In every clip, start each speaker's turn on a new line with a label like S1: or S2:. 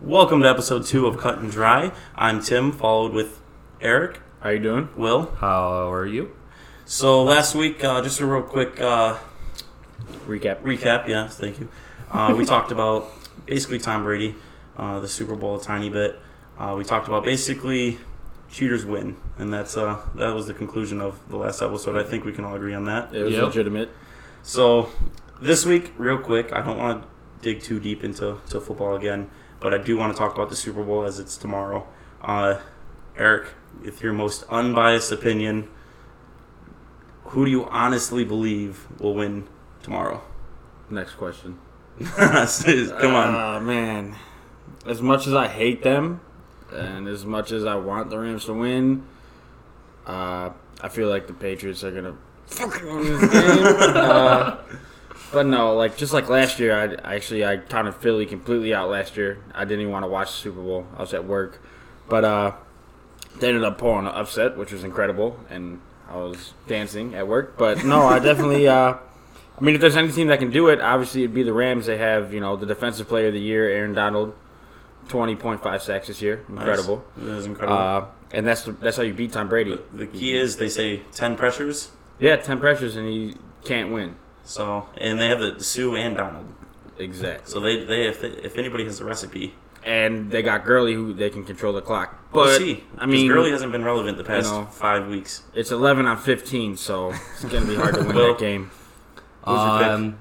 S1: Welcome to episode two of Cut and Dry. I'm Tim, followed with Eric,
S2: How you doing?
S1: Will.
S3: How are you?
S1: So last week, uh, just a real quick uh,
S2: Recap.
S1: recap. Yes, thank you. Uh, we talked about basically Tom Brady, uh, the Super Bowl a tiny bit. Uh, we talked about basically cheaters win, and that's uh, that was the conclusion of the last episode. I think we can all agree on that.
S2: It was
S3: Yep.
S2: legitimate.
S1: So this week, real quick, I don't want to dig too deep into to football again, but I do want to talk about the Super Bowl as it's tomorrow. Uh, Eric, with your most unbiased opinion, who do you honestly believe will win tomorrow?
S2: Next question.
S1: Come on.
S2: Ah, man. As much as I hate them, and as much as I want the Rams to win, uh, I feel like the Patriots are gonna fucking win this game. uh, but no, like just like last year, I actually I counted Philly completely out last year. I didn't even want to watch the Super Bowl. I was at work, but uh, they ended up pulling an upset, which was incredible, and I was dancing at work. But no, I definitely. Uh, I mean, if there's any team that can do it, obviously it'd be the Rams. They have, you know, the defensive player of the year, Aaron Donald, twenty point five sacks this year, incredible.
S1: Nice. That is incredible.
S2: Uh, and that's the, that's how you beat Tom Brady.
S1: the key is they say ten pressures.
S2: Yeah, ten pressures and he can't win.
S1: So and they have the Sue and Donald.
S2: Exactly.
S1: So they, they if they, if anybody has the recipe,
S2: And they got Gurley, who they can control the clock.
S1: we'll
S2: But
S1: see.
S2: Oh, I mean,
S1: Gurley hasn't been relevant the past
S2: know.
S1: five weeks.
S2: it's eleven on fifteen, so it's gonna be hard to win
S1: Well,
S2: that game.
S1: Who's your pick?
S3: Um,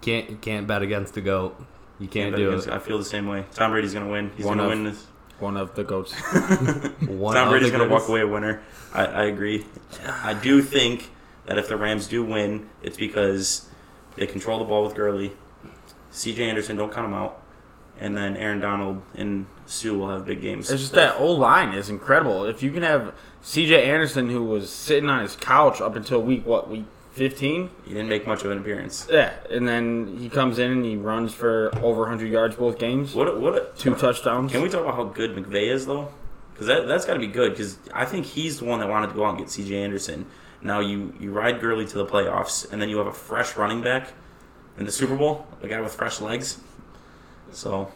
S3: can't can't bet against the goat. You can't
S1: Yeah,
S3: do
S1: but
S3: it.
S1: I feel the same way. Tom Brady's gonna win. He's
S2: One
S1: gonna
S2: of-
S1: win this.
S2: One of the goats.
S3: One
S1: Tom
S3: of
S1: Brady's
S3: the
S1: gonna walk
S3: greatest-
S1: away a winner. I, I agree. I do think that if the Rams do win, it's because they control the ball with Gurley. C.J. Anderson, don't count him out, and then Aaron Donald and Sue will have big games.
S2: It's just that old line is incredible. If you can have C.J. Anderson, who was sitting on his couch up until week what week fifteen,
S1: he didn't make much of an appearance.
S2: yeah, and then he comes in and he runs for over hundred yards both games,
S1: What? A, what? A,
S2: two touchdowns.
S1: Can we talk about how good McVay is though? Because that that's got to be good. Because I think he's the one that wanted to go out and get C.J. Anderson. Now you you ride Gurley to the playoffs, and then you have a fresh running back in the Super Bowl, a guy with fresh legs. So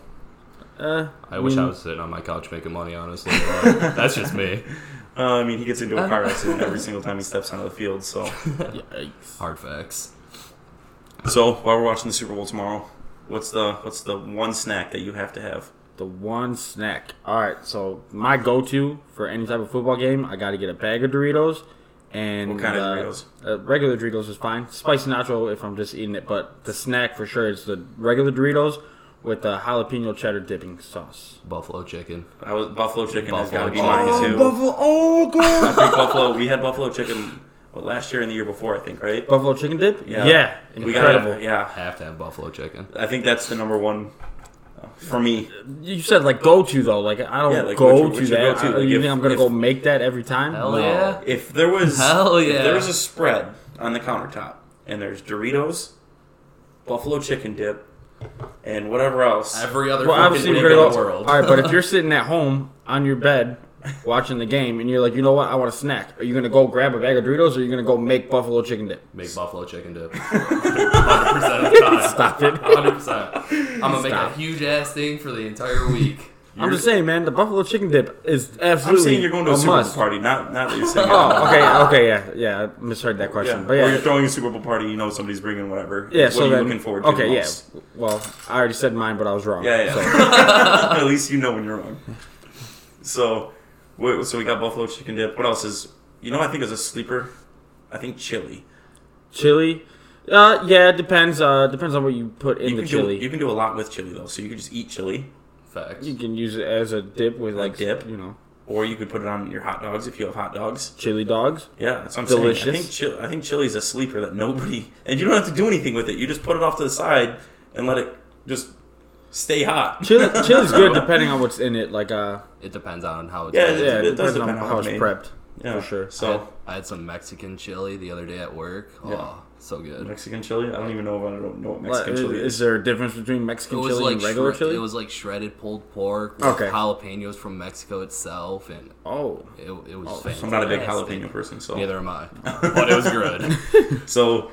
S2: Uh,
S3: I wish I
S2: mean,
S3: was sitting on my couch making money. Honestly, but that's just me.
S1: uh, I mean, he gets into a car accident every single time he steps onto the field. So
S2: Yikes.
S3: Hard facts.
S1: so while we're watching the Super Bowl tomorrow, what's the what's the one snack that you have to have?
S2: The one snack. All right, so my go-to for any type of football game, I got to get a bag of Doritos. And
S1: What kind of
S2: uh,
S1: Doritos?
S2: Uh, regular Doritos is fine. Spicy nacho if I'm just eating it, but the snack for sure is the regular Doritos with the jalapeno cheddar dipping sauce.
S3: Buffalo chicken.
S1: I was buffalo chicken has got
S3: Buffalo
S1: to be mine
S2: Oh,
S1: too.
S2: Buffalo, oh
S1: I
S2: god!
S1: think buffalo. We had buffalo chicken what, last year and the year before, I think, right?
S2: Buffalo chicken dip?
S1: Yeah. We got
S2: incredible.
S1: it. Yeah,
S3: Have to have buffalo chicken.
S1: I think that's the number one uh, for me.
S2: You said like go to though. Like I don't
S1: Yeah, like, what's
S2: go
S1: your-
S2: to
S1: what's your
S2: that.
S1: go-to?
S2: I-
S1: Like,
S2: you
S1: if-
S2: think I'm gonna
S1: if-
S2: go make that every time?
S3: Hell
S2: No.
S3: yeah.
S1: If there was
S3: Hell
S1: if
S3: yeah.
S1: there was a spread on the countertop and there's Doritos, buffalo chicken dip, and whatever else.
S3: Every other
S2: Well, obviously
S3: fucking
S2: you're
S3: thing in
S2: gonna
S3: the
S2: go.
S3: world.
S2: All right, but if you're sitting at home on your bed watching the game and you're like, you know what, I want a snack. Are you gonna go grab a bag of Doritos or are you gonna go make buffalo chicken dip?
S3: make buffalo chicken dip. 100% of the time.
S2: Stop it.
S3: 100%. I'm gonna make a
S2: Stop.
S3: huge ass thing for the entire week.
S2: I'm just saying, man, the buffalo chicken dip is
S1: I'm
S2: absolutely
S1: saying you're going to a, Super
S2: must.
S1: Bowl party, not not that you're saying.
S2: Oh, okay, okay, yeah, yeah. I misheard that
S1: Yeah.
S2: question, Oh, but
S1: Or
S2: yeah,
S1: you're throwing a Super Bowl party, you know somebody's bringing whatever.
S2: Yeah,
S1: what
S2: so
S1: are you
S2: then,
S1: looking forward to?
S2: Okay,
S1: the
S2: yeah.
S1: most?
S2: Well, I already said mine, but I was wrong.
S1: Yeah,
S2: So,
S1: yeah. At least you know when you're wrong. So, wait, so we got buffalo chicken dip. What else is? You know, I think is a sleeper. I think chili.
S2: chili. Uh, yeah, it depends. Uh, depends on what you put in
S1: You
S2: the
S1: can
S2: chili.
S1: do
S2: you,
S1: you can do a lot with chili though. So you can just eat chili,
S3: Facts.
S2: can use it as a dip with like
S1: dip?
S2: You know,
S1: or you could put it on your hot dogs if you have hot dogs.
S2: chili dogs.
S1: Yeah, that's what I'm saying. I
S2: Delicious.
S1: think chili, I think chili's a sleeper that nobody and you don't have to do anything with it. You just put it off to the side and let it just stay hot.
S2: Chili, chili's good depending on what's in it. Like, uh,
S3: It depends on how it's
S1: Yeah,
S3: made.
S2: yeah,
S1: It
S2: it,
S1: does
S2: depends on
S1: depend on
S2: how
S1: how
S2: it's
S1: it's made.
S2: prepped.
S1: Yeah,
S2: For sure.
S3: I had,
S1: So
S3: I had some Mexican chili the other day at work. Oh,
S1: Yeah.
S3: so good.
S1: Mexican chili. I don't even know if I don't know what
S2: Like,
S1: Mexican
S2: is,
S1: chili
S2: is
S1: is.
S2: there a difference between Mexican chili and regular
S3: shred-
S2: chili?
S3: It was like shredded pulled pork with
S2: Okay.
S3: jalapenos from Mexico itself, and
S2: oh,
S3: it, it was
S1: I'm not a big
S3: fantastic.
S1: jalapeno person, so
S3: Neither am I, but it was good.
S1: so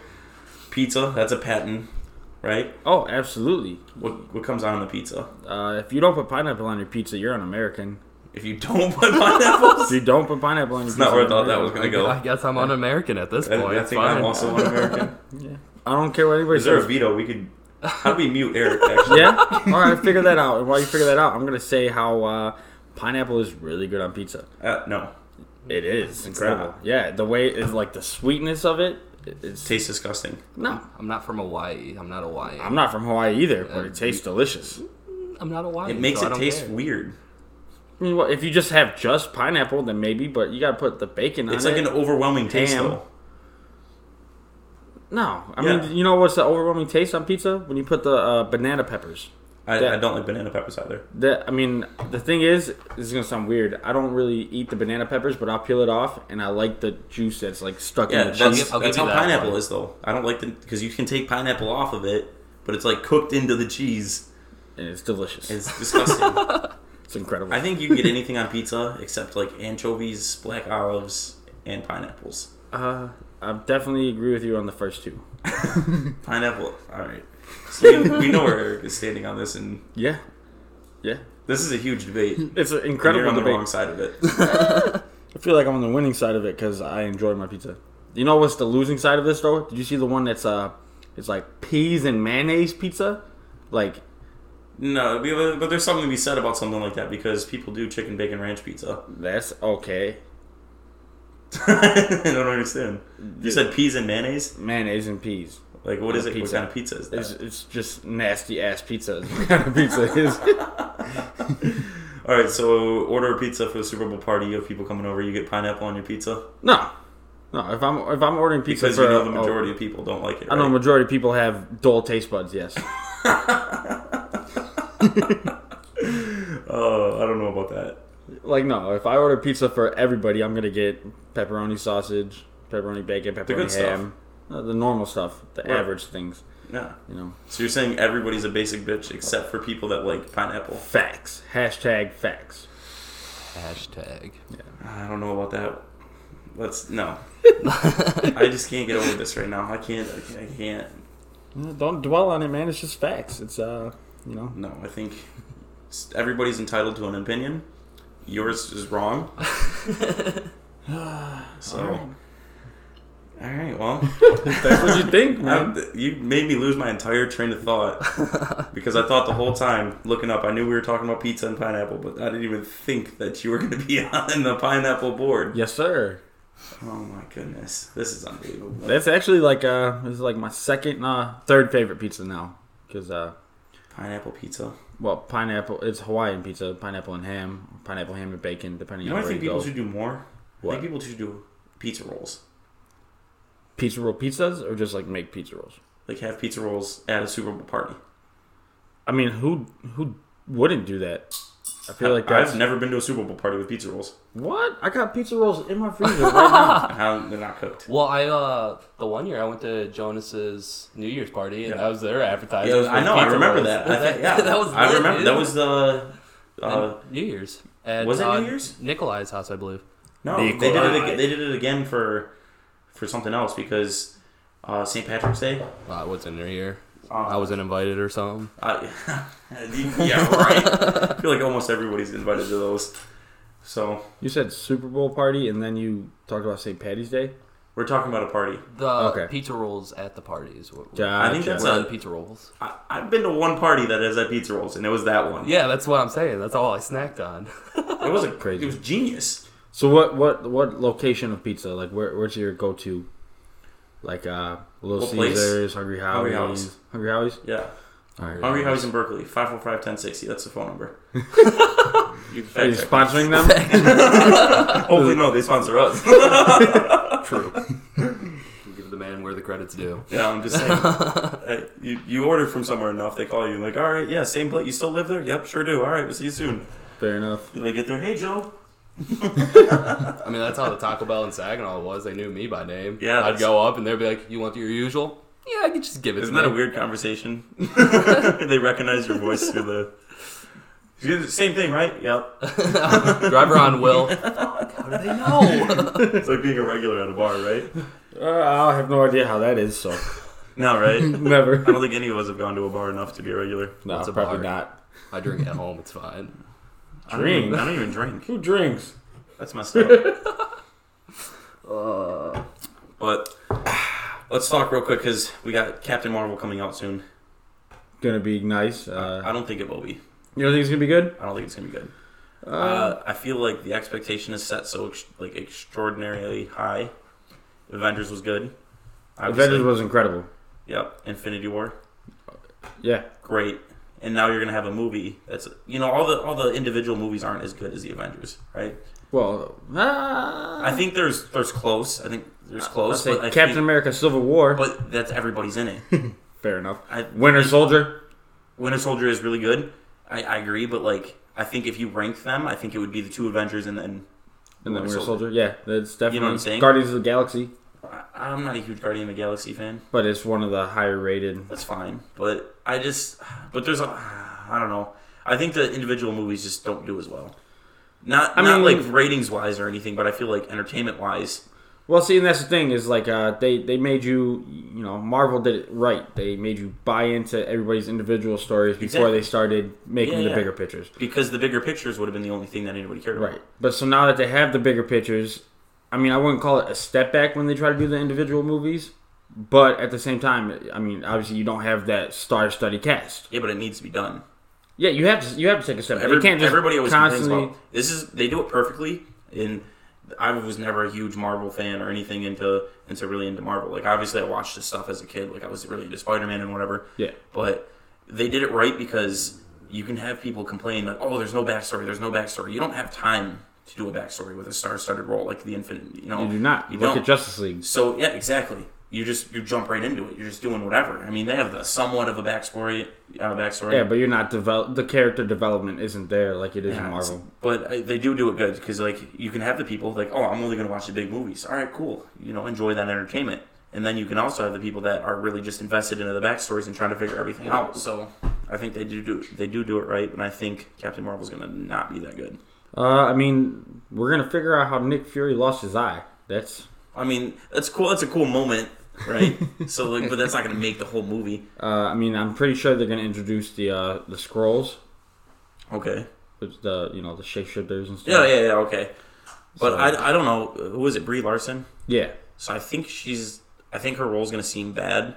S1: pizza. That's a patent right?
S2: Oh, absolutely.
S1: What what comes out on the pizza?
S2: Uh, if you don't put pineapple on your pizza, you're an American.
S1: If you don't put pineapples,
S2: If you don't put pineapple on your
S1: it's
S2: pizza,
S1: not where I thought
S2: you're
S1: that was gonna
S3: I
S1: go.
S3: guess I'm un-American at this
S1: I,
S3: point.
S1: I
S3: It's
S1: think I'm
S3: fine.
S1: also an American.
S2: American. Yeah. I don't care what anybody
S1: Is there a
S2: says.
S1: veto? We could. How do we mute Eric? Actually,
S2: yeah. All right, figure that out. And while you figure that out, I'm gonna say how uh, pineapple is really good on pizza.
S1: uh, no,
S2: It is incredible.
S1: not.
S2: Yeah, the way it's like the sweetness of it. it- It's
S1: tastes disgusting.
S2: no.
S3: I'm not from Hawaii. I'm not Hawaiian.
S2: I'm not from Hawaii either, but it tastes delicious.
S3: I'm not Hawaiian.
S1: It makes
S3: so I
S1: it
S3: don't
S1: taste
S3: care.
S1: weird.
S2: I mean, well, if you just have just pineapple, then maybe, but you gotta put the bacon on
S1: It's
S2: it.
S1: like an overwhelming taste
S2: Ham.
S1: though.
S2: no, I
S1: Yeah.
S2: mean, you know what's the overwhelming taste on pizza? When you put the uh, banana peppers.
S1: I,
S2: Yeah.
S1: I don't like banana peppers either.
S2: That I mean, the thing is, this is gonna sound weird. I don't really eat the banana peppers, but I'll peel it off, and I like the juice that's like stuck
S1: Yeah,
S2: in the
S1: that's,
S2: cheese.
S3: give- I'll
S1: that's
S3: give
S1: how
S3: you that
S1: pineapple
S3: one.
S1: is though. I don't like the because you can take pineapple off of it, but it's like cooked into the cheese.
S2: And it's delicious. It's,
S1: It's disgusting.
S2: incredible.
S1: I think you can get anything on pizza except like anchovies, black olives, and pineapples.
S2: uh, I definitely agree with you on the first two.
S1: Pineapple. All right. So we, we know where Eric is standing on this, and
S2: Yeah, yeah.
S1: this is a huge debate. and
S2: It's an
S1: You're
S2: incredible
S1: on the
S2: debate.
S1: wrong side of it.
S2: I feel like I'm on the winning side of it because I enjoy my pizza. You know what's the losing side of this though? Did you see the one that's uh, it's like peas and mayonnaise pizza? Like,
S1: No, we- but there's something to be said about something like that because people do chicken bacon ranch pizza.
S2: that's okay.
S1: I don't understand. You said peas and mayonnaise.
S2: Mayonnaise and peas.
S1: Like, what is
S2: On a
S1: it? What
S2: pizza.
S1: kind of pizza is that?
S2: It's, it's just nasty ass pizza. Is what kind of pizza it is.
S1: All right, so order a pizza for the Super Bowl party. You have people coming over. You get pineapple on your pizza
S2: No, no. If I'm if I'm ordering pizza
S1: because
S2: for
S1: you know
S2: a- oh,
S1: the majority of people don't like it.
S2: I know the
S1: right?
S2: majority of people have dull taste buds. Yes,
S1: Oh, I don't know about that.
S2: like no. If I order pizza for everybody, I'm gonna get pepperoni sausage, pepperoni bacon,
S1: good
S2: pepperoni
S1: stuff.
S2: ham, No, the normal stuff, the
S1: Right.
S2: average things.
S1: Yeah.
S2: You know,
S1: So you're saying everybody's a basic bitch except for people that like pineapple?
S2: facts. Hashtag facts.
S3: Hashtag.
S1: I don't know about that. Let's no. I just can't get over this right now. I can't. I can't. I can't.
S2: No, Don't dwell on it, man. It's just facts. It's uh, you know.
S1: No, I think s- everybody's entitled to an opinion. Yours is wrong. so. All right. Well.
S2: That's what you think,
S1: I'm-
S2: man.
S1: th- you made me lose my entire train of thought because I thought the whole time looking up, I knew we were talking about pizza and pineapple, but I didn't even think that you were going to be on the pineapple board.
S2: Yes, sir.
S1: Oh my goodness, this is unbelievable.
S2: That's actually like uh, this is like my second, uh, third favorite pizza now. Cause uh,
S1: Pineapple pizza.
S2: well, pineapple. It's Hawaiian pizza, pineapple and ham, pineapple ham and bacon, depending
S1: You know, what
S2: on
S1: I
S2: where you
S1: think people
S2: go.
S1: should do more. I
S2: What?
S1: think people should do pizza rolls.
S2: Pizza roll pizzas, or just like make pizza rolls.
S1: Like have pizza rolls at a Super Bowl party.
S2: I mean, who who wouldn't do that? I feel like
S1: I-
S2: that's
S1: I've never been to a Super Bowl party with pizza rolls.
S2: what I got pizza rolls in my freezer right
S1: I haven't- they're not cooked.
S3: Well, I uh, the one year I went to Jonas's New Year's party, and
S1: Yeah.
S3: that was their advertisement.
S1: Yeah, I
S3: for
S1: know. I
S3: pizza
S1: remember
S3: rolls.
S1: that. I think, yeah,
S3: that was
S1: I
S3: lit,
S1: remember.
S3: dude.
S1: That was the. Uh,
S3: And New Year's. At,
S1: was it
S3: uh,
S1: New Year's?
S3: Nikolai's house, I believe.
S1: No,
S2: The
S1: they did, it,
S2: Equalizer.
S1: ag- they did it again for for something else because uh, St. Patrick's Day.
S3: Uh, I was in their year.
S1: Uh,
S3: I wasn't invited or something.
S1: I- yeah, right. I feel like almost everybody's invited to those. So
S2: now. You said Super Bowl party, and then you talked about St. Patty's Day.
S1: we're talking about a party.
S3: The
S2: Okay.
S3: pizza rolls at the parties. What,
S2: Gotcha.
S1: think that's
S3: we're
S1: a-
S3: on pizza rolls.
S1: I, I've been to one party that has had pizza rolls, and it was that one.
S3: Yeah, that's what I'm saying. That's all I snacked on.
S1: it was a,
S2: Crazy.
S1: It was genius.
S2: So what what what location of pizza? Like where where's your go to? Like uh Little
S1: What place?
S2: Caesars, Hungry
S1: Hungry
S2: Howie's. Hungry Howie's?
S1: Yeah,
S2: All right.
S1: Hungry Howie's in Berkeley, 545-1060. That's the phone number. you
S2: Are you
S1: fact check.
S2: sponsoring them?
S1: Hopefully, Oh, no, they sponsor us.
S3: True. Give the man where the credits due.
S1: Yeah, I'm just saying. uh, you, you order from somewhere enough, they call you. Like, all right, yeah, same place. You still live there? Yep, sure do. All right, we'll see you soon.
S2: Fair enough.
S1: They get there. Hey, Joe.
S3: I mean, that's how the Taco Bell in Saginaw was. They knew me by name.
S1: Yeah,
S3: I'd
S1: that's-
S3: go up and they'd be like, "You want your usual?" Yeah, I could just give it.
S1: Isn't
S3: to
S1: that a
S3: me.
S1: weird conversation? they recognize your voice through the. You do the Same thing, right? Yep.
S3: Driver on Will. Fuck, how do they know?
S1: It's like being a regular at a bar, right?
S2: Uh, I have no idea how that is. So
S1: No, right?
S2: Never.
S1: I don't think any of us have gone to a bar enough to be a regular.
S2: No,
S3: It's a
S2: probably
S3: bar.
S2: not.
S3: I drink at home. It's fine.
S1: I don't, even,
S2: Drink.
S1: I don't even drink.
S2: Who drinks?
S1: That's messed up. Uh. but let's talk real quick because we got Captain Marvel coming out soon.
S2: Gonna be nice.
S1: I
S2: Uh,
S1: don't think it will be.
S2: you don't think it's gonna be good?
S1: I don't think it's gonna be good. Uh, I feel like the expectation is set so ex- like extraordinarily high. Avengers was good.
S2: Avengers
S1: obviously.
S2: was incredible.
S1: Yep. Infinity War.
S2: Yeah.
S1: Great. And now you're gonna have a movie that's you know all the all the individual movies aren't as good as the Avengers, right?
S2: Well, ah,
S1: I think there's there's close. I think there's
S2: I'll
S1: close.
S2: say
S1: But I
S2: Captain
S1: think,
S2: America: Civil War.
S1: but that's everybody's in it.
S2: Fair enough.
S1: I-
S2: Winter Soldier.
S1: Winter Soldier is really good. I, I agree, but like I think if you rank them, I think it would be the two Avengers and then
S2: And then
S1: Winter
S2: Winter Soldier. Yeah, that's definitely
S1: I'm saying?
S2: Guardians of the Galaxy,
S1: I, I'm not a huge Guardian of the Galaxy fan.
S2: but it's one of the higher rated.
S1: That's fine, but I just but there's a I don't know. I think the individual movies just don't do as well. Not
S2: I
S1: not
S2: mean-
S1: like ratings wise or anything, but I feel like entertainment wise.
S2: Well, see, and that's the thing is like uh, they they made you you know Marvel did it right. They made you buy into everybody's individual stories before
S1: Exactly.
S2: they started making
S1: Yeah,
S2: the
S1: yeah.
S2: bigger pictures.
S1: Because the bigger pictures would have been the only thing that anybody cared about.
S2: Right. But so now that they have the bigger pictures, I mean, I wouldn't call it a step back when they try to do the individual movies, but at the same time, I mean, obviously you don't have that star study cast.
S1: Yeah, but it needs to be done.
S2: Yeah, you have to you have to take a step. back.
S1: Every,
S2: you can't just
S1: everybody always constantly...
S2: constantly.
S1: complains about this is they do it perfectly and I was never a huge Marvel fan or anything into into really into Marvel. Like obviously I watched this stuff as a kid, like I was really into Spider Man and whatever.
S2: Yeah.
S1: But they did it right because you can have people complain like, Oh, there's no backstory, there's no backstory. You don't have time to do a backstory with a star studded role like the infinite you know.
S2: You do not.
S1: You
S2: Look
S1: don't.
S2: at Justice League.
S1: so yeah, exactly. You just you jump right into it. You're just doing whatever. I mean, they have the somewhat of a backstory, uh, backstory.
S2: Yeah, but you're not develop. The character development isn't there like it is in
S1: Yeah, it's-
S2: Marvel.
S1: But I, they do do it good because like you can have the people like, oh, I'm only going to watch the big movies. All right, cool. You know, enjoy that entertainment. And then you can also have the people that are really just invested into the backstories and trying to figure everything out. So I think they do do they do do it right, and I think Captain Marvel's going to not be that good.
S2: Uh, I mean, we're gonna figure out how Nick Fury lost his eye. That's
S1: I mean, that's cool. That's a cool moment, right? so, like, but that's not going to make the whole movie.
S2: uh, I mean, I'm pretty sure they're gonna introduce the uh, the scrolls,
S1: Okay.
S2: which the you know the shapeshifters and stuff.
S1: Oh, Yeah, yeah, yeah. Okay. But
S2: So-
S1: I, I don't know who is it? Brie Larson.
S2: yeah.
S1: So I think she's. I think her role's going to seem bad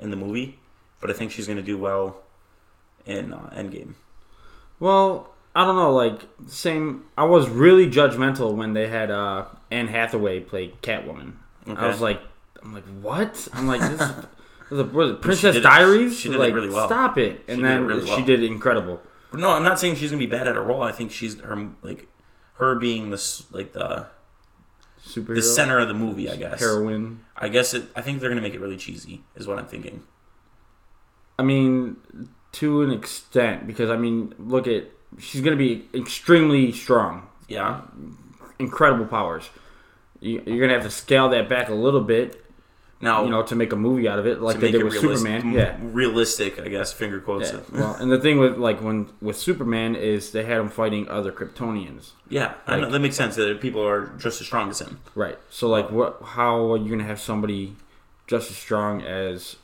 S1: in the movie, but I think she's going to do well in uh, Endgame.
S2: Well, I don't know. Like same, I was really judgmental when they had uh, Anne Hathaway play Catwoman.
S1: Okay.
S2: I was like, I'm like, what? I'm like, this. Was it, was it Princess
S1: did it-
S2: Diaries?
S1: she did it
S2: like,
S1: really well.
S2: Stop it!
S1: did
S2: And
S1: it
S2: then
S1: really well.
S2: she did incredible.
S1: But no, I'm not saying she's going to be bad at her role. I think she's her like her being this like the
S2: Superhero.
S1: the center of the movie. I guess.
S2: heroine.
S1: I guess it. I think they're going to make it really cheesy. Is what I'm thinking.
S2: I mean, to an extent, because I mean, look at she's gonna be extremely strong,
S1: Yeah.
S2: incredible powers. You, you're gonna have to scale that back a little bit,
S1: Now
S2: you know, to make a movie out of it, like
S1: to make
S2: they did
S1: it Mm-hmm. realis-
S2: with Superman.
S1: m-
S2: Yeah.
S1: Realistic, I guess. Finger quotes.
S2: Yeah. Well, and the thing with like when with Superman is they had him fighting other Kryptonians,
S1: Yeah, I know, that makes sense. That people are just as strong as him.
S2: right? So like, what? How are you gonna have somebody just as strong as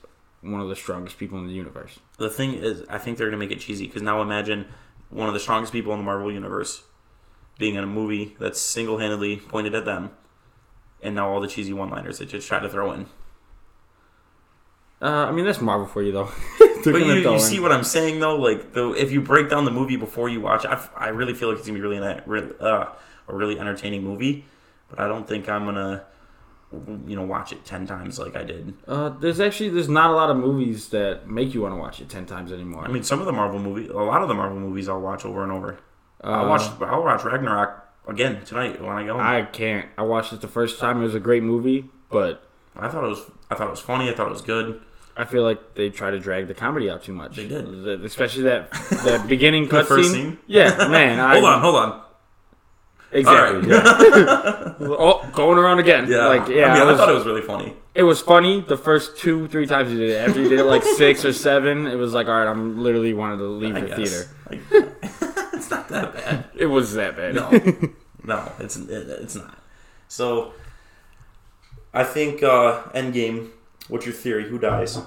S2: one of the strongest people in the universe?
S1: The thing is, I think they're gonna make it cheesy because now imagine one of the strongest people in the Marvel universe being in a movie that's single-handedly pointed at them, and now all the cheesy one-liners they just try to throw in.
S2: Uh, I mean, that's Marvel for you though.
S1: But you, you see what I'm saying though, like the, if you break down the movie before you watch, it, I, f- I really feel like it's gonna be really en- really, uh, a really entertaining movie, but I don't think I'm gonna you know watch it ten times like I did.
S2: Uh, there's actually there's not a lot of movies that make you want to watch it ten times anymore.
S1: I mean, some of the Marvel movie, a lot of the Marvel movies I'll watch over and over.
S2: Uh,
S1: I'll watch I'll watch Ragnarok again tonight when I go. Home.
S2: I can't. I watched it the first time. It was a great movie, but
S1: I thought it was I thought it was funny. I thought it was good.
S2: I feel like they try to drag the comedy out too much.
S1: They did.
S2: Th- especially that that beginning
S1: That
S2: cutscene.
S1: first
S2: Scene?
S1: scene?
S2: Yeah, man. I,
S1: Hold on, hold on.
S2: Exactly. yeah. oh, going around again.
S1: Yeah,
S2: Like yeah.
S1: I, mean,
S2: I
S1: I thought it was really funny.
S2: it was funny the first two, three times you did it. After you did it like six or seven, it was like, all right, I'm literally wanted to leave
S1: I
S2: the
S1: guess.
S2: theater.
S1: Like, it's not that bad.
S2: It was that bad.
S1: No, no, it's it, it's not. So, I think uh, Endgame What's your theory? Who dies?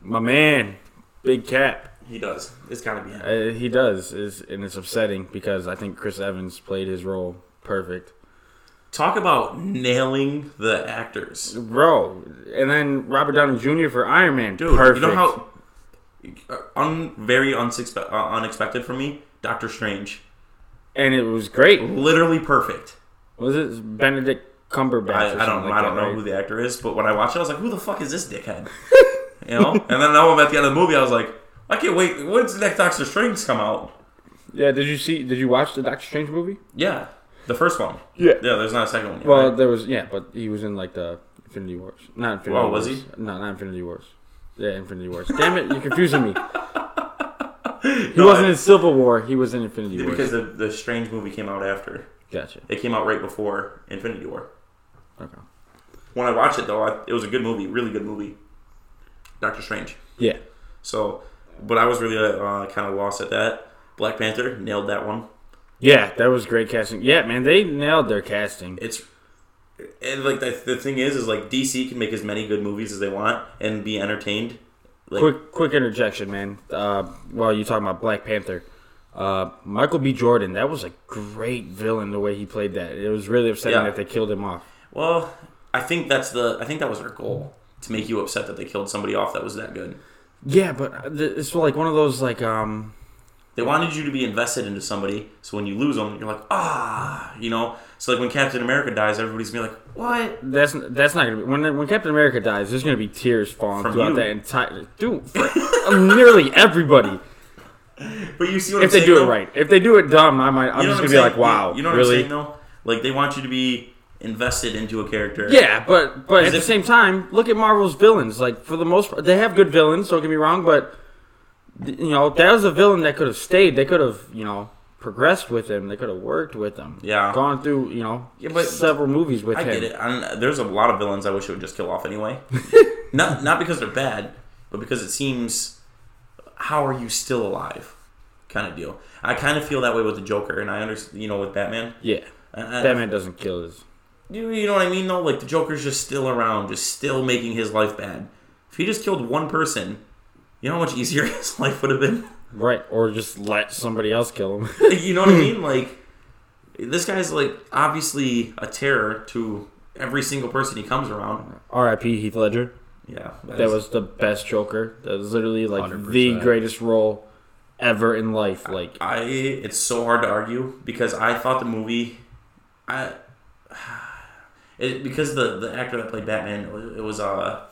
S2: My man, Big Cat.
S1: He does. It's gotta be him.
S2: Uh, he does, is and it's upsetting because I think Chris Evans played his role perfect,
S1: Talk about nailing the actors,
S2: bro. And then Robert Downey Jr. for Iron Man,
S1: dude.
S2: perfect.
S1: You know how uh, un very unsuxpe- uh, unexpected for me. Doctor Strange,
S2: and it was great.
S1: literally perfect.
S2: Was it Benedict Cumberbatch?
S1: I,
S2: or
S1: I don't
S2: something
S1: I
S2: like
S1: don't
S2: that,
S1: know
S2: right?
S1: who the actor is, but when I watched it, I was like, who the fuck is this dickhead? you know. And then now I'm at the end of the movie, I was like, I can't wait. When's the next Doctor Strange come out?
S2: Yeah, did you see? Did you watch the Doctor Strange movie?
S1: Yeah, the first one.
S2: Yeah.
S1: Yeah, there's not a second one. Yet,
S2: Well,
S1: right?
S2: there was yeah, but he was in like the Infinity Wars, not Infinity
S1: Well,
S2: Wars.
S1: Oh, was he?
S2: No, not Infinity Wars. Yeah, Infinity Wars. Damn it, you're confusing me. He
S1: No,
S2: wasn't
S1: I-
S2: in Civil War. He was in Infinity Wars.
S1: because the, the Strange movie came out after.
S2: gotcha.
S1: It came out right before Infinity War.
S2: Okay.
S1: When I watched it though, I, it was a good movie, really good movie. Doctor Strange.
S2: Yeah.
S1: So, but I was really uh, kind of lost at that. Black Panther nailed that one.
S2: Yeah, that was great casting. Yeah, man, they nailed their casting.
S1: it's and like the, the thing is is like DC can make as many good movies as they want and be entertained. Like
S2: Quick, quick interjection, man. Uh, while you're talking about Black Panther, uh, Michael B. Jordan, that was a great villain the way he played that. It was really upsetting
S1: Yeah.
S2: that they killed him off.
S1: well, I think that's the I think that was their goal to make you upset that they killed somebody off that was that good.
S2: Yeah, but th- it's like one of those like um,
S1: They wanted you to be invested into somebody, so when you lose them, you're like ah, you know. So like when Captain America dies, everybody's gonna be like what?
S2: That's that's not gonna be when when Captain America dies. There's gonna be tears falling
S1: From
S2: throughout
S1: you.
S2: that entire dude. For nearly everybody,
S1: But you see what
S2: if
S1: I'm
S2: they
S1: saying,
S2: do it
S1: though?
S2: right. If they do it dumb, I might. I'm
S1: You know
S2: just
S1: what
S2: gonna be
S1: saying?
S2: like, wow,
S1: You, you know what I'm
S2: really?
S1: saying though? Like they want you to be invested into a character.
S2: yeah, but but at the
S1: if-
S2: same time, look at Marvel's villains. Like for the most part, they have good villains. So it can be wrong, but th- you know that was a villain that could have stayed. They could have you know progressed with him. They could have worked with him.
S1: Yeah.
S2: gone through you know
S1: Yeah, but-
S2: several movies with
S1: I
S2: him.
S1: get it. I'm, there's a lot of villains I wish it would just kill off anyway. not not because they're bad, but because it seems how are you still alive kind of deal. I kind of feel that way with the Joker, and I understand, you know, with Batman.
S2: Yeah,
S1: I, I-
S2: Batman doesn't kill his.
S1: You, you know what I mean? Though, like the Joker's just still around, just still making his life bad. If he just killed one person, you know how much easier his life would have been.
S2: Right, or just let somebody else kill him.
S1: you know what I mean? Like this guy's like obviously a terror to every single person he comes around.
S2: R.I.P. Heath Ledger.
S1: Yeah,
S2: That was the best Joker. That was literally like the
S3: 100%.
S2: greatest role ever in life. Like
S1: I it's so hard to argue because I thought the movie, I, it because the the actor that played Batman it was, it was uh,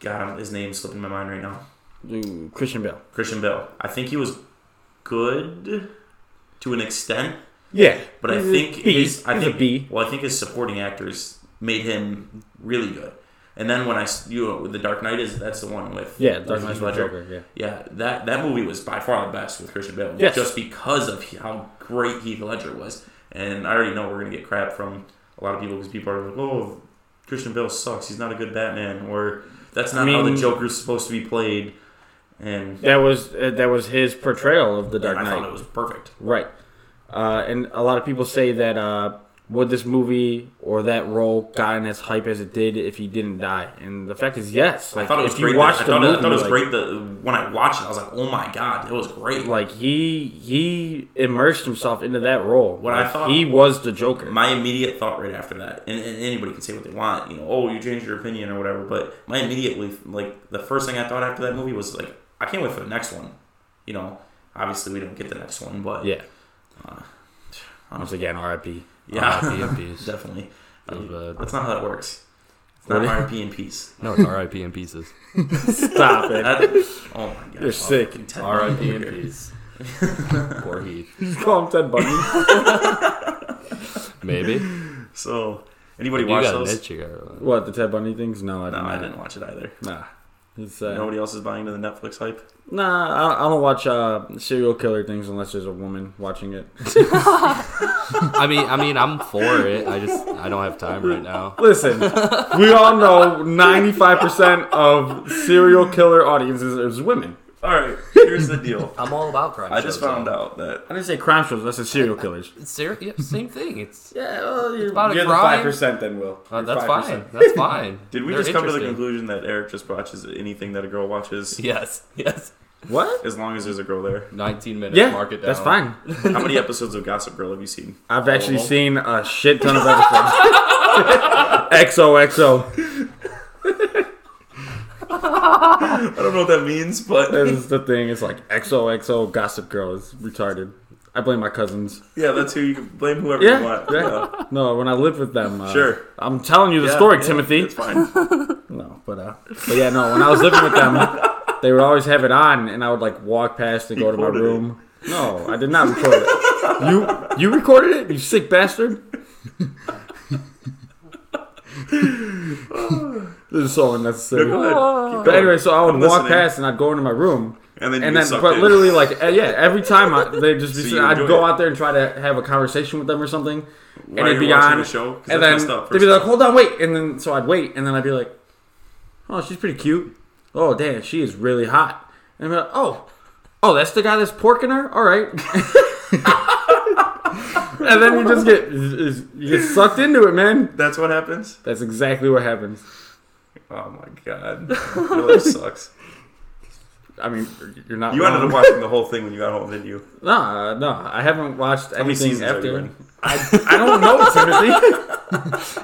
S1: God, his name's slipping my mind right now.
S2: dude, uh, Christian Bale.
S1: Christian Bale. I think he was good to an extent,
S2: Yeah,
S1: but I think
S2: B.
S1: his I
S2: He's
S1: think
S2: a B.
S1: well I think his supporting actors made him really good. And then when I s- you know, the Dark Knight is that's the one with
S2: Yeah,
S1: with
S2: Dark Knight
S1: Heath
S2: Joker.
S1: Ledger.
S2: Joker. Yeah,
S1: Yeah, that that movie was by far the best with Christian Bale,
S2: Yes.
S1: just because of how great Heath Ledger was. And I already know we're gonna get crap from a lot of people because people are like, "Oh, Christian Bale sucks. He's not a good Batman," or "That's not
S2: I
S1: how the
S2: mean-
S1: Joker's supposed to be played." And,
S2: that was uh, that was his portrayal of the Dark
S1: and I
S2: Knight.
S1: thought it was perfect.
S2: Right. Uh, and a lot of people say that uh, would this movie or that role gotten as hype as it did if he didn't die? And the fact is, yes. Like,
S1: I thought it was
S2: if
S1: great.
S2: you
S1: that-
S2: watch
S1: I
S2: the
S1: thought, it-
S2: movie,
S1: I thought it was
S2: like,
S1: great. The when I watched it, I was like, "Oh my god, it was great!"
S2: like he he immersed himself into that role.
S1: What I
S2: Like,
S1: thought-
S2: he was the Joker.
S1: my immediate thought right after that, and, and anybody can say what they want, you know, oh, you changed your opinion or whatever, but my immediately, like, the first thing I thought after that movie was, like, I can't wait for the next one. You know, obviously we don't get the next one, but
S2: yeah.
S1: Uh,
S2: Once again, R.I.P.
S1: yeah,
S2: Uh,
S3: R.I.P. in peace.
S1: definitely.
S3: That was bad.
S1: That's not how that works. It's not
S2: Really?
S1: RIP in peace.
S3: No, it's R.I.P. in pieces.
S2: Stop it.
S1: That- oh my god,
S2: You're sick.
S3: R.I.P. in peace. Poor Heath.
S2: You call him Ted Bundy.
S3: Maybe.
S1: So, anybody
S3: you
S1: watch
S3: got
S1: those?
S3: an itch you got.
S2: what the Ted Bundy things? No, I
S1: No,
S2: don't.
S1: I didn't watch it either.
S2: Nah, it's, uh,
S1: Nobody else is buying into the Netflix hype.
S2: nah. I, I don't watch uh, serial killer things unless there's a woman watching it.
S3: I mean, I mean, I'm for it. I just, I don't have time right now.
S2: Listen, we all know 95% of serial killer audiences is women.
S1: All right, here's the deal.
S3: I'm all about crime.
S1: I just found out that
S2: I didn't say crime shows. I said serial killers.
S3: It's ser- yeah, same thing. It's
S2: Yeah, well, you're,
S3: about a
S2: you're the
S3: crime.
S2: five percent then, Will.
S3: uh,
S2: You're
S3: that's
S2: 5%.
S3: fine. That's fine.
S1: did we
S3: They're
S1: just come to the
S3: interesting.
S1: conclusion that Eric just watches anything that a girl watches,
S3: Yes, yes.
S2: What?
S1: as long as there's a girl there?
S3: 19 minutes.
S2: Yeah,
S3: mark it down.
S2: that's fine.
S1: How many episodes of Gossip Girl have you seen?
S2: I've actually
S3: Oh.
S2: seen a shit ton of episodes. XOXO.
S1: I don't know what that means, but
S2: That's the thing. It's like XOXO Gossip Girl is retarded. I blame my cousins.
S1: yeah, that's who you can blame whoever you
S2: Yeah,
S1: want.
S2: yeah. No, when I lived with them. Uh,
S1: Sure.
S2: I'm telling you the
S1: Yeah,
S2: story,
S1: yeah,
S2: Timothy.
S1: It's fine.
S2: No, but uh, but yeah, no. When I was living with them, they would always have it on, and I would like walk past and go to my
S1: quoted it.
S2: room. No, I did not record it. You you recorded it, you sick bastard. this is so unnecessary.
S1: Go ahead. Keep
S2: But
S1: going.
S2: anyway, so I would
S1: I'm
S2: walk
S1: listening.
S2: past and I'd go into my room,
S1: and then you
S2: and
S1: get
S2: then
S1: sucked
S2: but
S1: in.
S2: literally like eh, yeah, every time I, they just be
S1: So
S2: so
S1: you
S2: I'd
S1: enjoy
S2: go
S1: it.
S2: out there and try to have a conversation with them or something,
S1: While
S2: and it'd
S1: you're
S2: be
S1: watching
S2: on,
S1: the show, 'Cause
S2: and
S1: that's
S2: then
S1: messed up,
S2: they'd be
S1: first
S2: like, "Hold on, wait," and then so I'd wait, and then I'd be like, "Oh, she's pretty cute. Oh, damn, she is really hot." And I'd be like, "Oh, oh, that's the guy that's porking her. All right." and then you just get you get sucked into it, man.
S1: That's what happens.
S2: That's exactly what happens.
S1: Oh my god, your life sucks.
S2: I mean, you're not.
S1: You
S2: wrong.
S1: ended up watching the whole thing when you got home, didn't you?
S2: No, no, I haven't watched
S1: How many
S2: anything
S1: seasons are you
S2: after.
S1: in?
S2: I don't know, Timothy.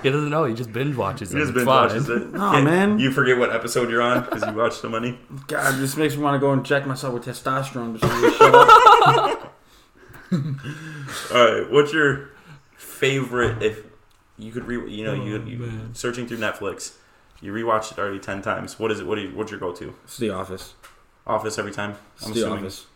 S3: He doesn't know. He just binge watches it.
S1: You just
S3: It's
S1: binge
S3: fine.
S1: watches it.
S2: Aw, man.
S1: You forget what episode you're on because you watched so many.
S2: God, this makes me want to go and check myself with testosterone. Before you shut up.
S1: All right, what's your favorite? If you could re, you know, you, you searching through Netflix, you rewatched it already ten times. What is it? What do you? What's your go-to?
S2: It's The Office.
S1: Office every time.
S2: It's The Office.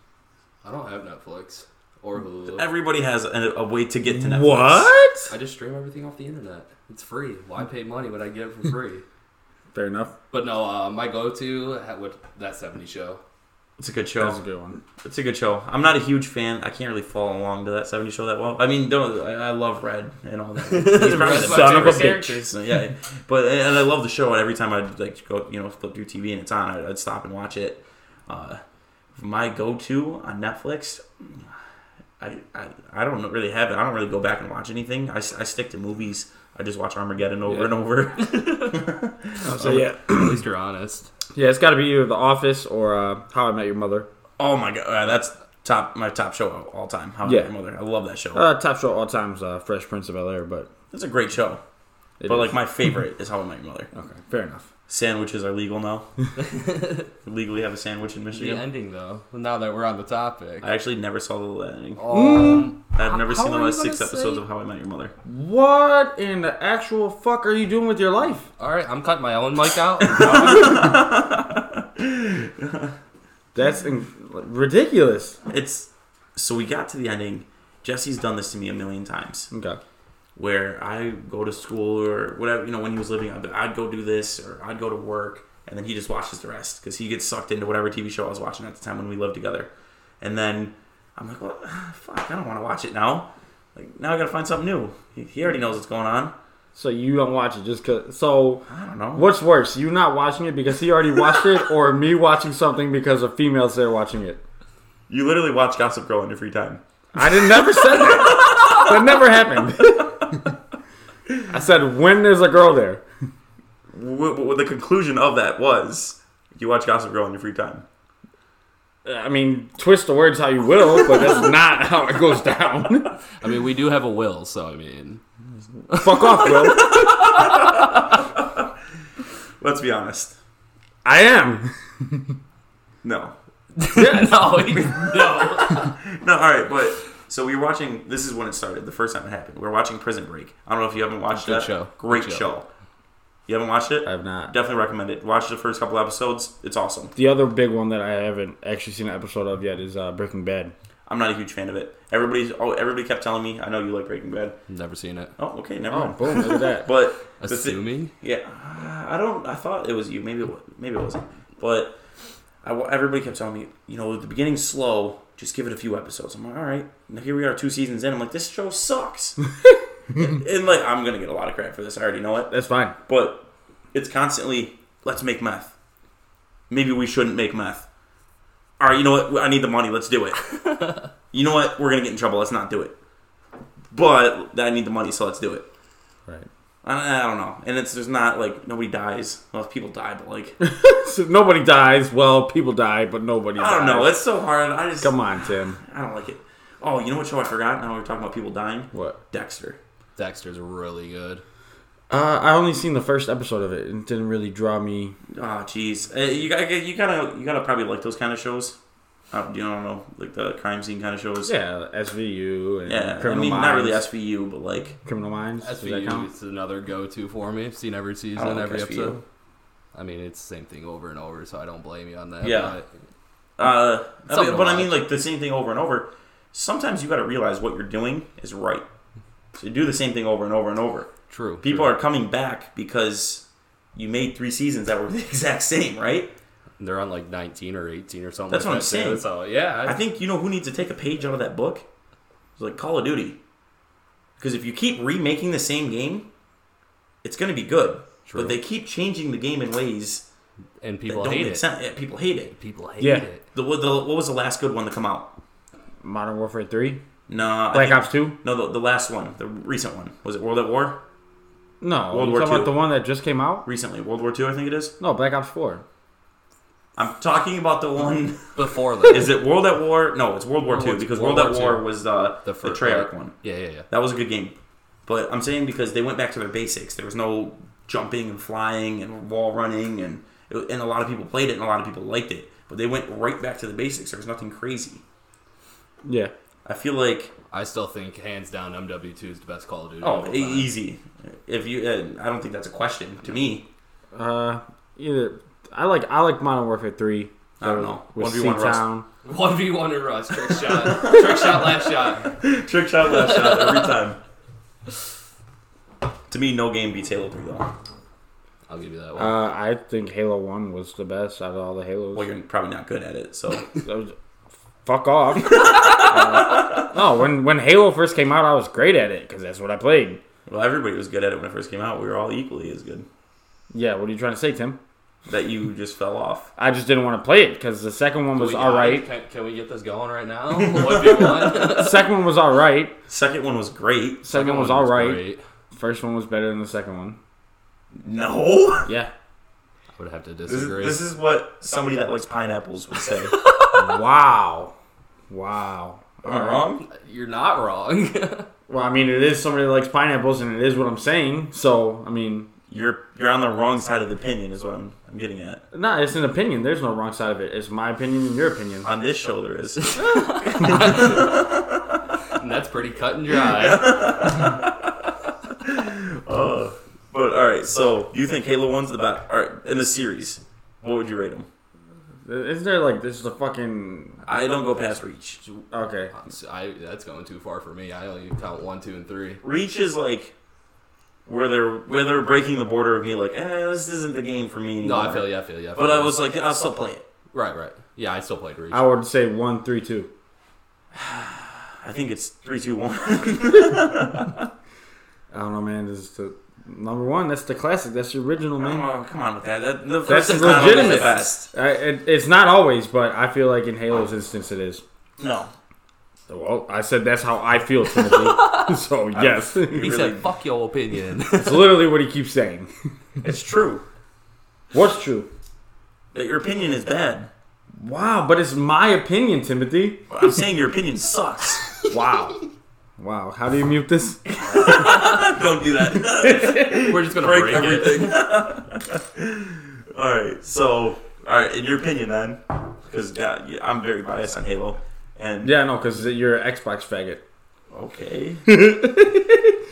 S3: I don't have Netflix or Hulu.
S1: Everybody has a, a way to get to Netflix.
S2: What?
S3: I just stream everything off the internet. It's free. Why pay money when I get it for free?
S2: Fair enough.
S3: but no, uh, my go-to ha- would that '70 show.
S1: It's a good show.
S2: That was a good one.
S1: It's a good show. I'm not a huge fan. I can't really follow along to that 70 show that well. I mean, don't, I, I love Red and all that. He's probably
S3: Red's
S1: the
S3: my
S1: best
S2: favorite
S1: character. So, yeah, but and I love the show. And every time I would like go, you know, flip through TV and it's on, I'd, I'd stop and watch it. Uh, my go-to on Netflix, I, I I don't really have it. I don't really go back and watch anything. I, s- I stick to movies. I just watch Armageddon over
S3: Yeah.
S1: and over.
S2: So yeah,
S3: At least you're honest.
S2: yeah, it's got to be either The Office or uh, How I Met Your Mother.
S1: Oh my god, uh, that's top my top show of all time. How I
S2: Yeah.
S1: Met Your Mother. I love that show.
S2: Uh, top show of all times, uh, Fresh Prince of Bel Air, but
S1: It's a great show.
S2: it
S1: But
S2: is-
S1: like my favorite is How I Met Your Mother.
S2: okay, fair enough.
S1: Sandwiches are legal now. Legally have a sandwich in
S3: The
S1: Michigan.
S3: ending, though. Now that we're on the topic,
S1: I actually never saw the landing.
S3: um,
S1: I've never
S3: how
S1: seen the
S3: are you
S1: last
S3: gonna
S1: six episodes
S3: say-
S1: of How I Met Your Mother.
S2: What in the actual fuck are you doing with your life?
S3: all right, I'm cutting my own mic out.
S2: That's in- ridiculous.
S1: It's so we got to the ending. Jesse's done this to me a million times.
S2: Okay.
S1: Where I go to school or whatever, you know, when he was living, I'd, I'd go do this or I'd go to work, and then he just watches the rest because he gets sucked into whatever TV show I was watching at the time when we lived together. And then I'm like, well, fuck, I don't want to watch it now. Like now I gotta find something new. He, he already knows what's going on.
S2: So you don't watch it just cause. So
S1: I don't know.
S2: What's worse, you not watching it because he already watched it, or me watching something because of females there watching it?
S1: You literally watch Gossip Girl in your free time.
S2: I didn't never said that. That never happened. I said when there's a girl there.
S1: W- w- the conclusion of that was you watch Gossip Girl in your free time.
S2: I mean, twist the words how you will, but that's not how it goes down.
S3: I mean, we do have a will, so I mean,
S2: Fuck off, Will.
S1: Let's be honest.
S2: I am.
S1: No.
S2: Yes.
S3: no, no.
S1: No, all right, but so we were watching. This is when it started. The first time it happened, we were watching Prison Break. I don't know if you haven't watched
S3: Good
S1: that.
S3: show.
S1: Great
S3: Good
S1: show.
S3: show.
S1: You haven't watched it?
S2: I've not.
S1: Definitely recommend it. Watch the first couple episodes. It's awesome.
S2: The other big one that I haven't actually seen an episode of yet is uh, Breaking Bad.
S1: I'm not a huge fan of it. Everybody's oh, everybody kept telling me. I know you like Breaking Bad.
S3: Never seen it.
S1: Oh, okay, never
S2: Oh,
S1: mind.
S2: boom! Look at that.
S1: But the thi-
S3: Assuming
S1: Yeah, I don't. I thought it was you. Maybe it was, maybe it wasn't. But I, everybody kept telling me, you know, the beginning's slow. Just give it a few episodes. I'm like, all right. Now here we are, two seasons in. I'm like, this show sucks. and, and, like, I'm gonna get a lot of crap for this. I already know it.
S2: That's fine.
S1: But it's constantly, let's make meth. Maybe we shouldn't make meth. all right, you know what? I need the money. Let's do it. you know what? We're gonna get in trouble. Let's not do it. But I need the money, so let's do it.
S2: Right.
S1: I, I don't know. And it's there's not like nobody dies. Well, people die, but like
S2: So nobody dies. Well, people die, but nobody.
S1: I don't
S2: dies.
S1: know. It's so hard. I just
S2: Come on, Tim.
S1: I don't like it. Oh, you know what show I forgot? Now we're talking about people dying.
S2: What?
S1: Dexter.
S3: Dexter's really good.
S2: Uh, I only seen the first episode of it, and it didn't really draw me.
S1: Oh, jeez. Uh, you gotta you gotta you gotta probably like those kind of shows. Uh, you don't know like the crime scene kind of shows.
S2: Yeah, SVU and
S1: Yeah, I
S2: Criminal
S1: mean,
S2: Minds.
S1: not really SVU, but like
S2: Criminal Minds. does that
S3: SVU
S2: count?
S3: is another go-to for me. I've seen every
S1: I
S3: season,
S1: don't like
S3: every
S1: SVU.
S3: episode. I mean, it's the same thing over and over, so I don't blame you on that.
S1: Yeah.
S3: but-
S1: Uh, I
S3: Something
S1: mean- but
S3: to
S1: I mean, like the same thing over and over. Sometimes you got to realize what you're doing is right. So you do the same thing over and over and over.
S3: true.
S1: People are coming back because you made three seasons that were the exact same, right?
S3: They're on like 19 or 18 or something.
S1: That's
S3: like
S1: what I'm
S3: that,
S1: saying.
S3: too, So yeah,
S1: I think you know who needs to take a page out of that book. It's like Call of Duty, because if you keep remaking the same game, it's going to be good.
S3: True.
S1: But they keep changing the game in ways
S3: and
S1: that
S3: people
S1: don't
S3: hate
S1: make
S3: it.
S1: sense. Yeah, people hate it.
S3: People hate
S2: Yeah.
S3: it.
S1: The, what- the, what was the last good one to come out?
S2: Modern Warfare Three,
S1: Nah, I
S2: Black
S1: think-
S2: Ops Two.
S1: No, the, the last one, the recent one. Was it World at War?
S2: No,
S1: World
S2: you
S1: War
S2: talking
S1: Two.
S2: about the one that just came out?
S1: Recently, World War II, I think it is.
S2: No, Black Ops Four.
S1: I'm talking about the one.
S3: Before that,
S1: Is it World at War? No, it's World War
S3: World
S1: II
S3: War-
S1: because
S3: World
S1: World at
S3: War
S1: War
S3: II.
S1: was uh, the,
S3: fir-
S1: Treyarch one.
S3: Yeah, yeah, yeah.
S1: That was a good game. But I'm saying because they went back to their basics. There was no jumping and flying and wall running, and it- and a lot of people played it and a lot of people liked it. But they went right back to the basics. There was nothing crazy.
S2: Yeah.
S1: I feel like
S3: I still think hands down MW2 is the best Call of Duty. of all
S1: oh,
S3: time.
S1: e- easy. If you, uh, I don't think that's a question to me.
S2: Uh, either I like I like Modern Warfare Three.
S1: I don't know.
S2: With
S1: 1v1 Rust.
S2: C-Town.
S3: One v one in Russ, trick shot, trick shot, last shot.
S1: Trick shot, left shot every time. to me, no game beats Halo 3 though.
S3: I'll give you that one.
S2: Uh, I think Halo One was the best out of all the Halos.
S1: Well, you're probably not good at it, so
S2: That was- fuck off. Uh, no, when when Halo first came out, I was great at it because that's what I played.
S1: well, everybody was good at it when it first came out. We were all equally as good.
S2: Yeah, what are you trying to say, Tim?
S1: That you just fell off.
S2: I just didn't want to play it because the second one was
S3: We-
S2: all right.
S3: Can, can we get this going right now? One v one.
S2: second one was all right.
S1: Second one was great.
S2: Second, one was all right. First one was better than the second one.
S1: No,
S2: Yeah.
S3: I would have to
S1: this is,
S3: disagree.
S1: this is what somebody that likes pineapples would say.
S2: wow. Wow.
S1: Am I wrong?
S3: You're not wrong.
S2: Well, I mean, it is somebody that likes pineapples, and it is what I'm saying. So, I mean,
S1: You're you're on the wrong side of the opinion, is what I'm, I'm getting at.
S2: nah, it's an opinion. There's no wrong side of it. It's my opinion and your opinion.
S1: On this shoulder is
S3: and that's pretty cut and dry.
S1: uh, but all right. So you think Halo One's the best? All right, in the series, what would you rate them?
S2: Isn't there like this is a fucking
S1: I don't go past Reach.
S2: okay?
S3: I, that's going too far for me. I only count one, two, and three.
S1: Reach is like where they're where they're breaking the border of me, like, eh, this isn't the game for me
S3: No,
S1: anymore.
S3: I feel you. I feel you. I feel
S1: But I
S3: you.
S1: was like, I'll still play it.
S3: right, right. Yeah, I still played Reach.
S2: I would say one, three, two.
S1: I think it's three, two, one.
S2: I don't know, man. This is the number one. That's the classic. That's the original, man.
S1: oh, come on with that. that the
S2: That's
S1: first time was
S2: legitimate.
S1: The best.
S2: I, it, it's not always, but I feel like in Halo's instance, it is.
S1: No.
S2: Well, I said that's how I feel, Timothy. so yes,
S3: he
S2: it's
S1: really-
S3: said, "Fuck your opinion."
S2: literally what he keeps saying.
S1: It's true.
S2: What's true?
S1: That your opinion is bad.
S2: Wow, but it's my opinion, Timothy.
S1: I'm saying your opinion sucks.
S2: Wow, wow. How do you mute this?
S1: don't do that.
S3: We're just gonna
S1: Break
S3: break, it.
S1: everything. all right. So, all right. In your opinion, then, because yeah, yeah, I'm very biased on Halo. And
S2: Yeah, no, because you're an Xbox faggot.
S1: okay.
S2: That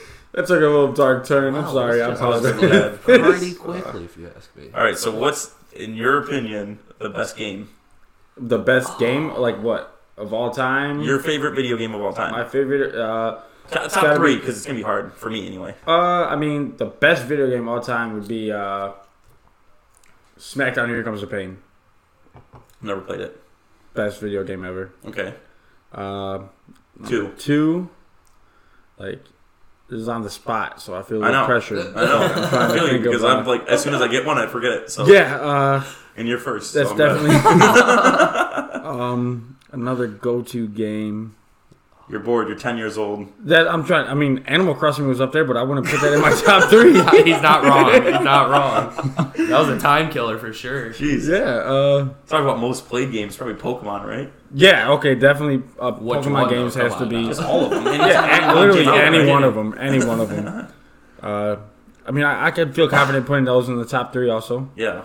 S2: took a little dark turn. I'm
S3: Wow,
S2: sorry. I
S3: that's just-
S2: apologize.
S3: Pretty quickly, if you ask me.
S1: All right. So, what's in your opinion the best game?
S2: the best game, like what of all time?
S1: Your favorite video game of all time?
S2: my favorite. Uh,
S1: Top, top
S2: gotta
S1: three,
S2: be-
S1: because it's gonna be hard for me anyway.
S2: Uh, I mean, the best video game of all time would be uh, SmackDown. Here comes the pain.
S1: Never played it.
S2: Best video game ever.
S1: Okay.
S2: Uh,
S1: Two.
S2: two, like this is on the spot, so I feel
S1: I
S2: the
S1: know.
S2: pressure.
S1: I know.
S2: trying
S1: I
S2: to
S1: feel you
S2: think of,
S1: because
S2: uh,
S1: I'm like, as soon as I get one, I forget it. So
S2: Yeah, uh,
S1: and you're first. so
S2: that's
S1: I'm
S2: definitely. Um, another go-to game
S1: You're bored. You're 10 years old.
S2: that I'm trying. I mean, Animal Crossing was up there, but I wouldn't put that in my top three.
S3: He's not wrong. He's not wrong. That was a time killer for sure.
S1: Jeez.
S2: yeah. Uh,
S1: Talk about most played games. Probably Pokemon, right?
S2: yeah. Okay. Definitely. Uh,
S3: Which
S2: Pokemon
S3: one, though?
S2: games
S3: Come
S2: has to
S3: on
S2: be.
S3: now.
S1: Just all of them.
S2: Yeah, a- literally
S1: Anytime,
S2: any
S1: right?
S2: one of them. Any one of them. Uh, I mean, I, I could feel confident putting those in the top three. Also,
S1: Yeah.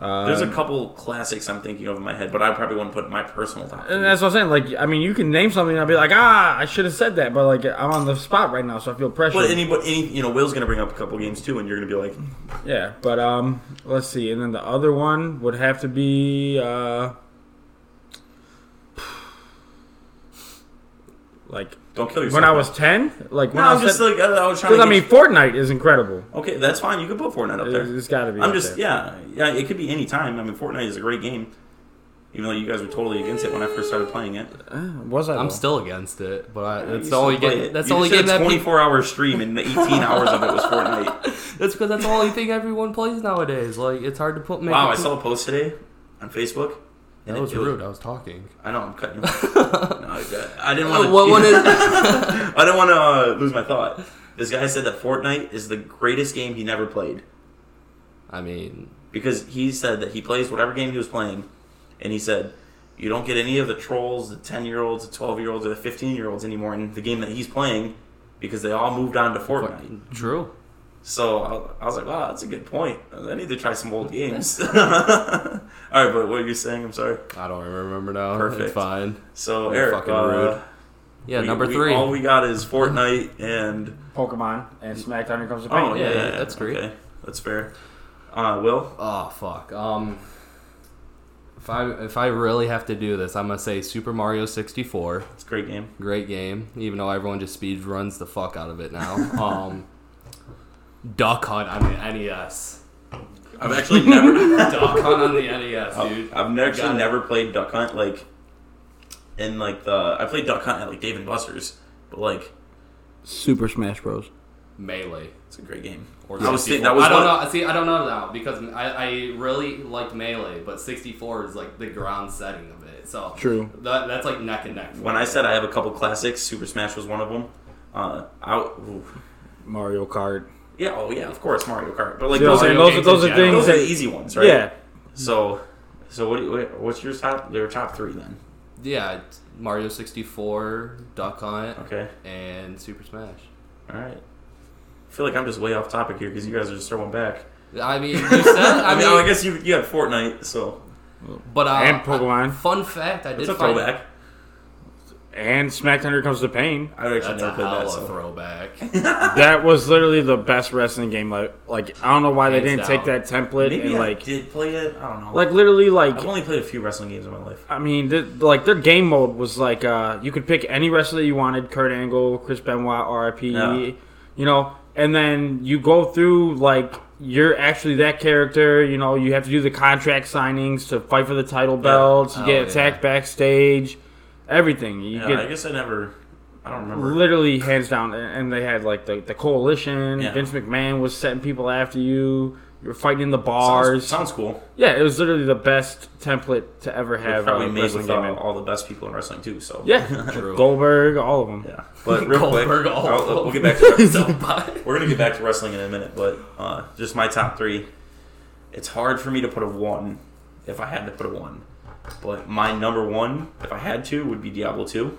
S2: uh,
S1: There's a couple classics I'm thinking of in my head, but I probably wouldn't put in my personal top.
S2: and that's what I'm saying. Like, I mean, you can name something, and I'll be like, ah, I should have said that, but like, I'm on the spot right now, so I feel pressure.
S1: But anybody, any, you know, Will's gonna bring up a couple games too, and you're gonna be like,
S2: yeah, but um, let's see. And then the other one would have to be uh, like
S1: "Don't kill yourself."
S2: when I was ten. Like
S1: no,
S2: when I
S1: I'm
S2: was
S1: just like I, I was trying.
S2: because
S1: to
S2: I mean,
S1: get-
S2: Fortnite is incredible.
S1: okay, that's fine. You can put Fortnite up
S2: It,
S1: there.
S2: has got to be.
S1: I'm
S2: up
S1: just,
S2: there.
S1: yeah, yeah. It could be any time. I mean, Fortnite is a great game, even though you guys were totally against it when I first started playing it.
S2: Uh, was I?
S3: I'm
S2: though?
S3: still against it, but I,
S1: You
S3: that's the
S1: still
S3: only
S1: play
S3: game.
S1: it. You
S3: That's the only
S1: just
S3: game
S1: did a
S3: that people.
S1: 24 hour stream, and the 18 hours of it was Fortnite.
S3: That's because that's the only thing everyone plays nowadays. Like it's hard to put. Make
S1: Wow,
S3: it-
S1: I saw a post today on Facebook. and
S3: that
S1: it-
S3: was
S1: it
S3: rude. I was talking.
S1: I know I'm cutting. you off. no, I- I didn't want to.
S3: What one is?
S1: I don't want to uh, lose my thought. This guy said that Fortnite is the greatest game he never played
S3: I mean,
S1: because he said that he plays whatever game he was playing, and he said you don't get any of the trolls, the ten year olds, the twelve year olds, or the fifteen year olds anymore in the game that he's playing because they all moved on to Fortnite.
S3: true.
S1: So I- I was like, wow, that's a good point. I need to try some old games. all right, but what are you saying? I'm sorry.
S3: I don't remember now.
S1: Perfect.
S3: It's fine.
S1: So
S3: You're
S1: Eric,
S3: fucking
S1: uh,
S3: rude. Yeah,
S1: we-
S3: number
S1: we-
S3: three.
S1: all we got is Fortnite and
S2: Pokemon and SmackDown. Here comes the
S1: oh
S2: pain.
S1: yeah,
S3: yeah,
S1: yeah,
S3: that's
S1: great.
S3: three.
S1: Okay, that's fair. Uh, Will,
S3: Oh fuck. Um, if I if I really have to do this, I'm gonna say Super Mario 64.
S1: It's a great game.
S3: Great game, even though everyone just speed runs the fuck out of it now. um, Duck Hunt on the NES.
S1: I've actually never,
S3: E Duck Hunt on the NES, dude.
S1: I've ne-
S3: Got
S1: actually
S3: it.
S1: never played Duck Hunt like, in like the I played Duck Hunt at like Dave and Buster's, but like
S2: Super Smash Bros.
S3: Melee.
S1: it's a great game.
S3: Or
S1: I was
S3: 64.
S1: thinking Oh, that was
S3: I don't
S1: one-
S3: know. See, I don't know now because I, I really liked Melee, but 64 is like the ground setting of it. So
S2: True.
S3: That, that's like neck and neck.
S1: When I said I have a couple classics, Super Smash was one of them. Uh, I, ooh.
S2: Mario Kart.
S1: yeah, oh yeah, of course Mario Kart, but like
S2: You know
S1: those,
S2: what I'm
S1: are,
S2: saying?
S3: Mario
S2: Those, are- those
S3: games in
S2: are
S3: general.
S2: things
S1: those are the
S2: that.
S1: easy ones, right?
S2: Yeah.
S1: So, so what? Do you, what's your top? Your top three then?
S3: yeah, it's Mario 64, Duck Hunt,
S1: Okay,
S3: and Super Smash.
S1: all right. I feel like I'm just way off topic here because you guys are just throwing back.
S3: I mean, you said. I mean,
S1: I, I guess you you had Fortnite, so
S3: but uh,
S2: And Pokemon.
S3: Fun fact: I did
S1: it's a
S3: find
S1: throwback.
S2: And SmackDown Here Comes the Pain.
S1: I've actually
S3: That's a
S1: never played
S3: hell
S1: that.
S3: of
S1: So.
S3: a throwback.
S2: That was literally the best wrestling game. Like, like I don't know why they
S3: Hands
S2: didn't
S3: down.
S2: take that template
S1: Maybe
S2: and
S1: I
S2: like,
S1: did play it. I don't know.
S2: like literally like.
S1: I've only played a few wrestling games in my life.
S2: I mean, th- like their game mode was like uh, you could pick any wrestler you wanted: Kurt Angle, Chris Benoit, RIP.
S1: Yeah.
S2: E, You know, and then you go through like you're actually that character. You know, you have to do the contract signings to fight for the title belts. You
S3: Oh,
S2: get
S3: yeah.
S2: attacked backstage, everything. You
S1: Yeah,
S2: get
S1: I guess I never. I don't remember.
S2: literally hands down and and they had like the, the coalition
S1: Yeah.
S2: vince mcmahon was setting people after you you were fighting in the bars
S1: Sounds, sounds cool.
S2: yeah it was literally the best template to ever
S1: It
S2: have
S1: probably
S2: uh,
S1: made
S2: wrestling
S1: with
S2: game
S1: uh,
S2: in.
S1: all the best people in wrestling too. So
S2: yeah
S3: True.
S2: goldberg all of them
S1: yeah. But real quick,
S3: Goldberg all
S1: I'll-
S3: over.
S1: we'll get back to
S3: Throwback.
S1: we're gonna get back to wrestling in a minute. But uh, just my top three. It's hard for me to put a one if I had to put a one. But my number one, if I had to, would be Diablo two.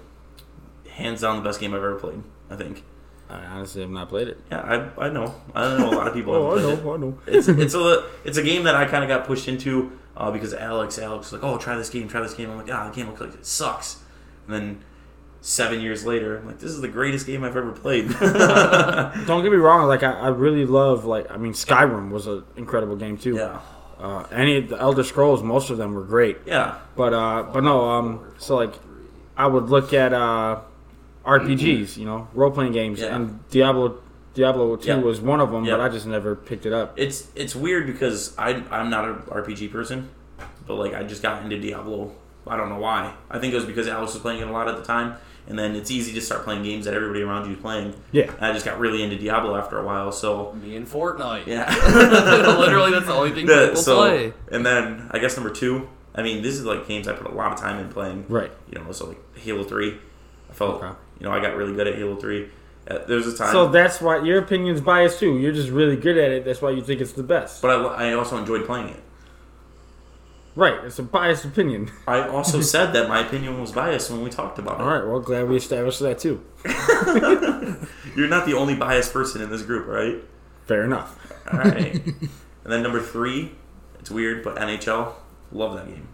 S1: Hands down, the best game I've ever played. I think.
S2: i honestly have not played it
S1: Yeah, I, I know. I know a lot of people. haven't played it.
S2: Oh, i know
S1: it's it's a it's a game that I kind of got pushed into uh, because Alex Alex was like, oh, try this game, try this game. I'm like, ah, the game looks like it sucks. And then seven years later, I'm like, this is the greatest game I've ever played. yeah,
S2: don't get me wrong like i, I really love like i mean skyrim was an incredible game too uh, any of the elder scrolls most of them were great
S1: yeah,
S2: But uh, but no. Um, so like, I would look at uh, RPGs, you know, role playing games,
S1: Yeah.
S2: and Diablo Diablo Two
S1: Yeah.
S2: was one of them.
S1: Yeah.
S2: But I just never picked it up.
S1: it's it's weird because I I'm not an RPG person, but like I just got into Diablo. I don't know why. I think it was because Alex was playing it a lot at the time, and then it's easy to start playing games that everybody around you is playing.
S2: Yeah.
S1: And I just got really into Diablo after a while, so
S3: Me and Fortnite.
S1: yeah.
S3: Literally, that's the only thing
S1: Yeah,
S3: people
S1: so,
S3: play.
S1: And then I guess number two I mean, this is like games I put a lot of time in playing.
S2: Right.
S1: You know, so like Halo Three, I felt
S3: Okay.
S1: you know I got really good at Halo Three. Uh, there's a time,
S2: So that's why your opinion's biased too. You're just really good at it. That's why you think it's the best.
S1: but I, I also enjoyed playing it.
S2: Right. It's a biased opinion.
S1: I also said that my opinion was biased when we talked about it.
S2: Mm-hmm. All right. Well, glad we established that too.
S1: You're not the only biased person in this group, right?
S2: Fair enough.
S1: All right. and then number three, it's weird, but NHL. Love that game.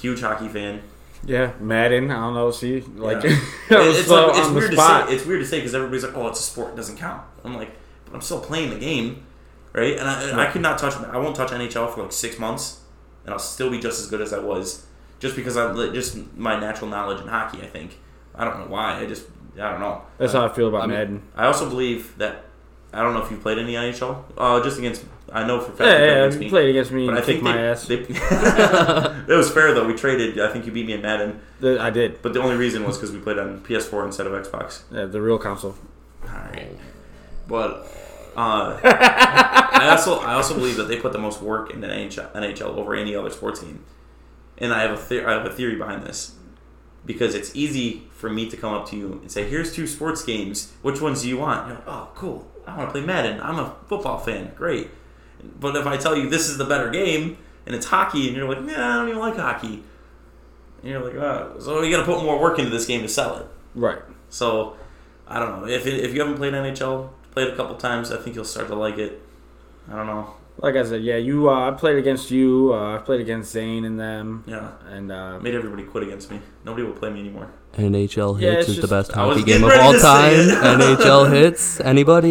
S1: Huge hockey fan.
S2: Yeah, Madden. I don't know. See, like
S1: Yeah.
S2: I was
S1: It- it's,
S2: so
S1: like- it's
S2: on
S1: weird
S2: the
S1: to
S2: spot.
S1: say. It's weird to say because everybody's like, "Oh, it's a sport; it doesn't count." I'm like, but I'm still playing the game, right? And I, and I could not touch. I won't touch NHL for like six months, and I'll still be just as good as I was, just because I li- just my natural knowledge in hockey. I think I don't know why. I just I don't know.
S2: That's how I feel about
S3: I mean-
S2: Madden.
S1: I also believe that I don't know if you played any NHL. Uh, just against I know for a fact you
S2: Yeah,
S1: played
S2: yeah.
S1: against
S2: if
S1: me.
S2: You played against me
S1: But
S2: and
S1: I
S2: kicked
S1: think
S2: my
S1: they-
S2: ass.
S1: they- it was fair though. We traded. I think you beat me in Madden,
S2: The- I did.
S1: but the only reason was because we played on PS4 instead of Xbox.
S2: Yeah, the real console.
S1: All right, but uh, I also I also believe that they put the most work into NHL, NHL over any other sports team, and I have a the- I have a theory behind this because it's easy for me to come up to you and say, "Here's two sports games. Which ones do you want?" You're like, "Oh, cool. I want to play Madden. I'm a football fan. Great." But if I tell you this is the better game and it's hockey, and you're like, "Man, I don't even like hockey," and you're like, "Oh, so you got to put more work into this game to sell it."
S2: Right.
S1: So, I don't know. If, if you haven't played NHL, play it a couple times. I think you'll start to like it. I don't know.
S2: Like I said, yeah. You. Uh, I played against you. Uh, I played against Zane and them.
S1: Yeah.
S2: And uh,
S1: I made everybody quit against me. Nobody will play me anymore.
S3: NHL
S2: Yeah,
S3: hits
S2: it's
S3: is the
S2: just-
S3: best
S1: I was
S3: hockey
S1: getting
S3: game of
S1: ready
S3: all
S1: to say
S3: time.
S1: it.
S3: NHL hits. Anybody?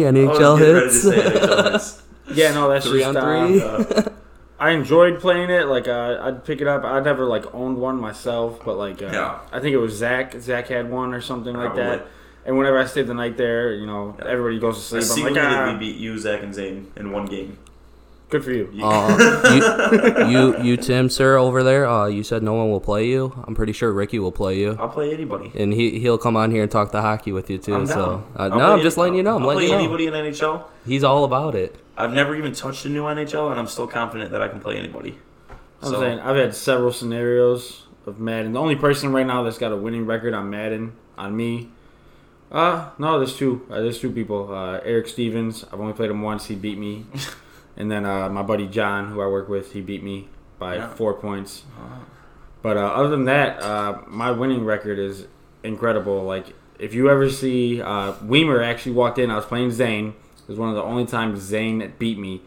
S1: I was getting
S3: NHL hits.
S1: ready to say NHL hits.
S2: yeah, no, that's
S3: Three
S2: just.
S3: on
S2: uh,
S3: three.
S1: Uh,
S2: I enjoyed playing it. Like uh, I'd pick it up. I never like owned one myself, but like uh,
S1: Yeah.
S2: I think it was Zach. Zach had one or something like that.
S1: Probably.
S2: And whenever I stayed the night there, you know,
S1: Yeah.
S2: everybody goes to
S1: I
S2: sleep. I'm
S1: secretly
S2: like,
S1: did
S2: ah,
S1: we beat you, Zach, and Zane in one game.
S2: good for you.
S3: Uh, you, you, you, Tim, sir, over there. Uh, you said no one will play you. I'm pretty sure Ricky will play you,
S1: I'll play anybody.
S3: and he he'll come on here and talk the hockey with you too.
S1: I'm
S3: so
S1: down.
S3: uh,
S1: I'll
S3: no,
S1: play
S3: I'm just
S1: any-
S3: letting you know. I'm
S1: I'll
S3: letting
S1: play
S3: you know.
S1: anybody in NHL.
S3: He's all about it.
S1: I've never even touched a new NHL, and I'm still confident that I can play anybody.
S2: I'm
S1: So-
S2: saying I've had several scenarios of Madden. The only person right now that's got a winning record on Madden on me. Uh no, there's two. Uh, there's two people. Uh, Eric Stevens. I've only played him once. He beat me. and then uh, my buddy John, who I work with, he beat me by
S1: Yeah.
S2: four points. But uh, other than that, uh, my winning record is incredible. Like if you ever see uh, Weimer actually walked in, I was playing Zane. It was one of the only times Zane beat me.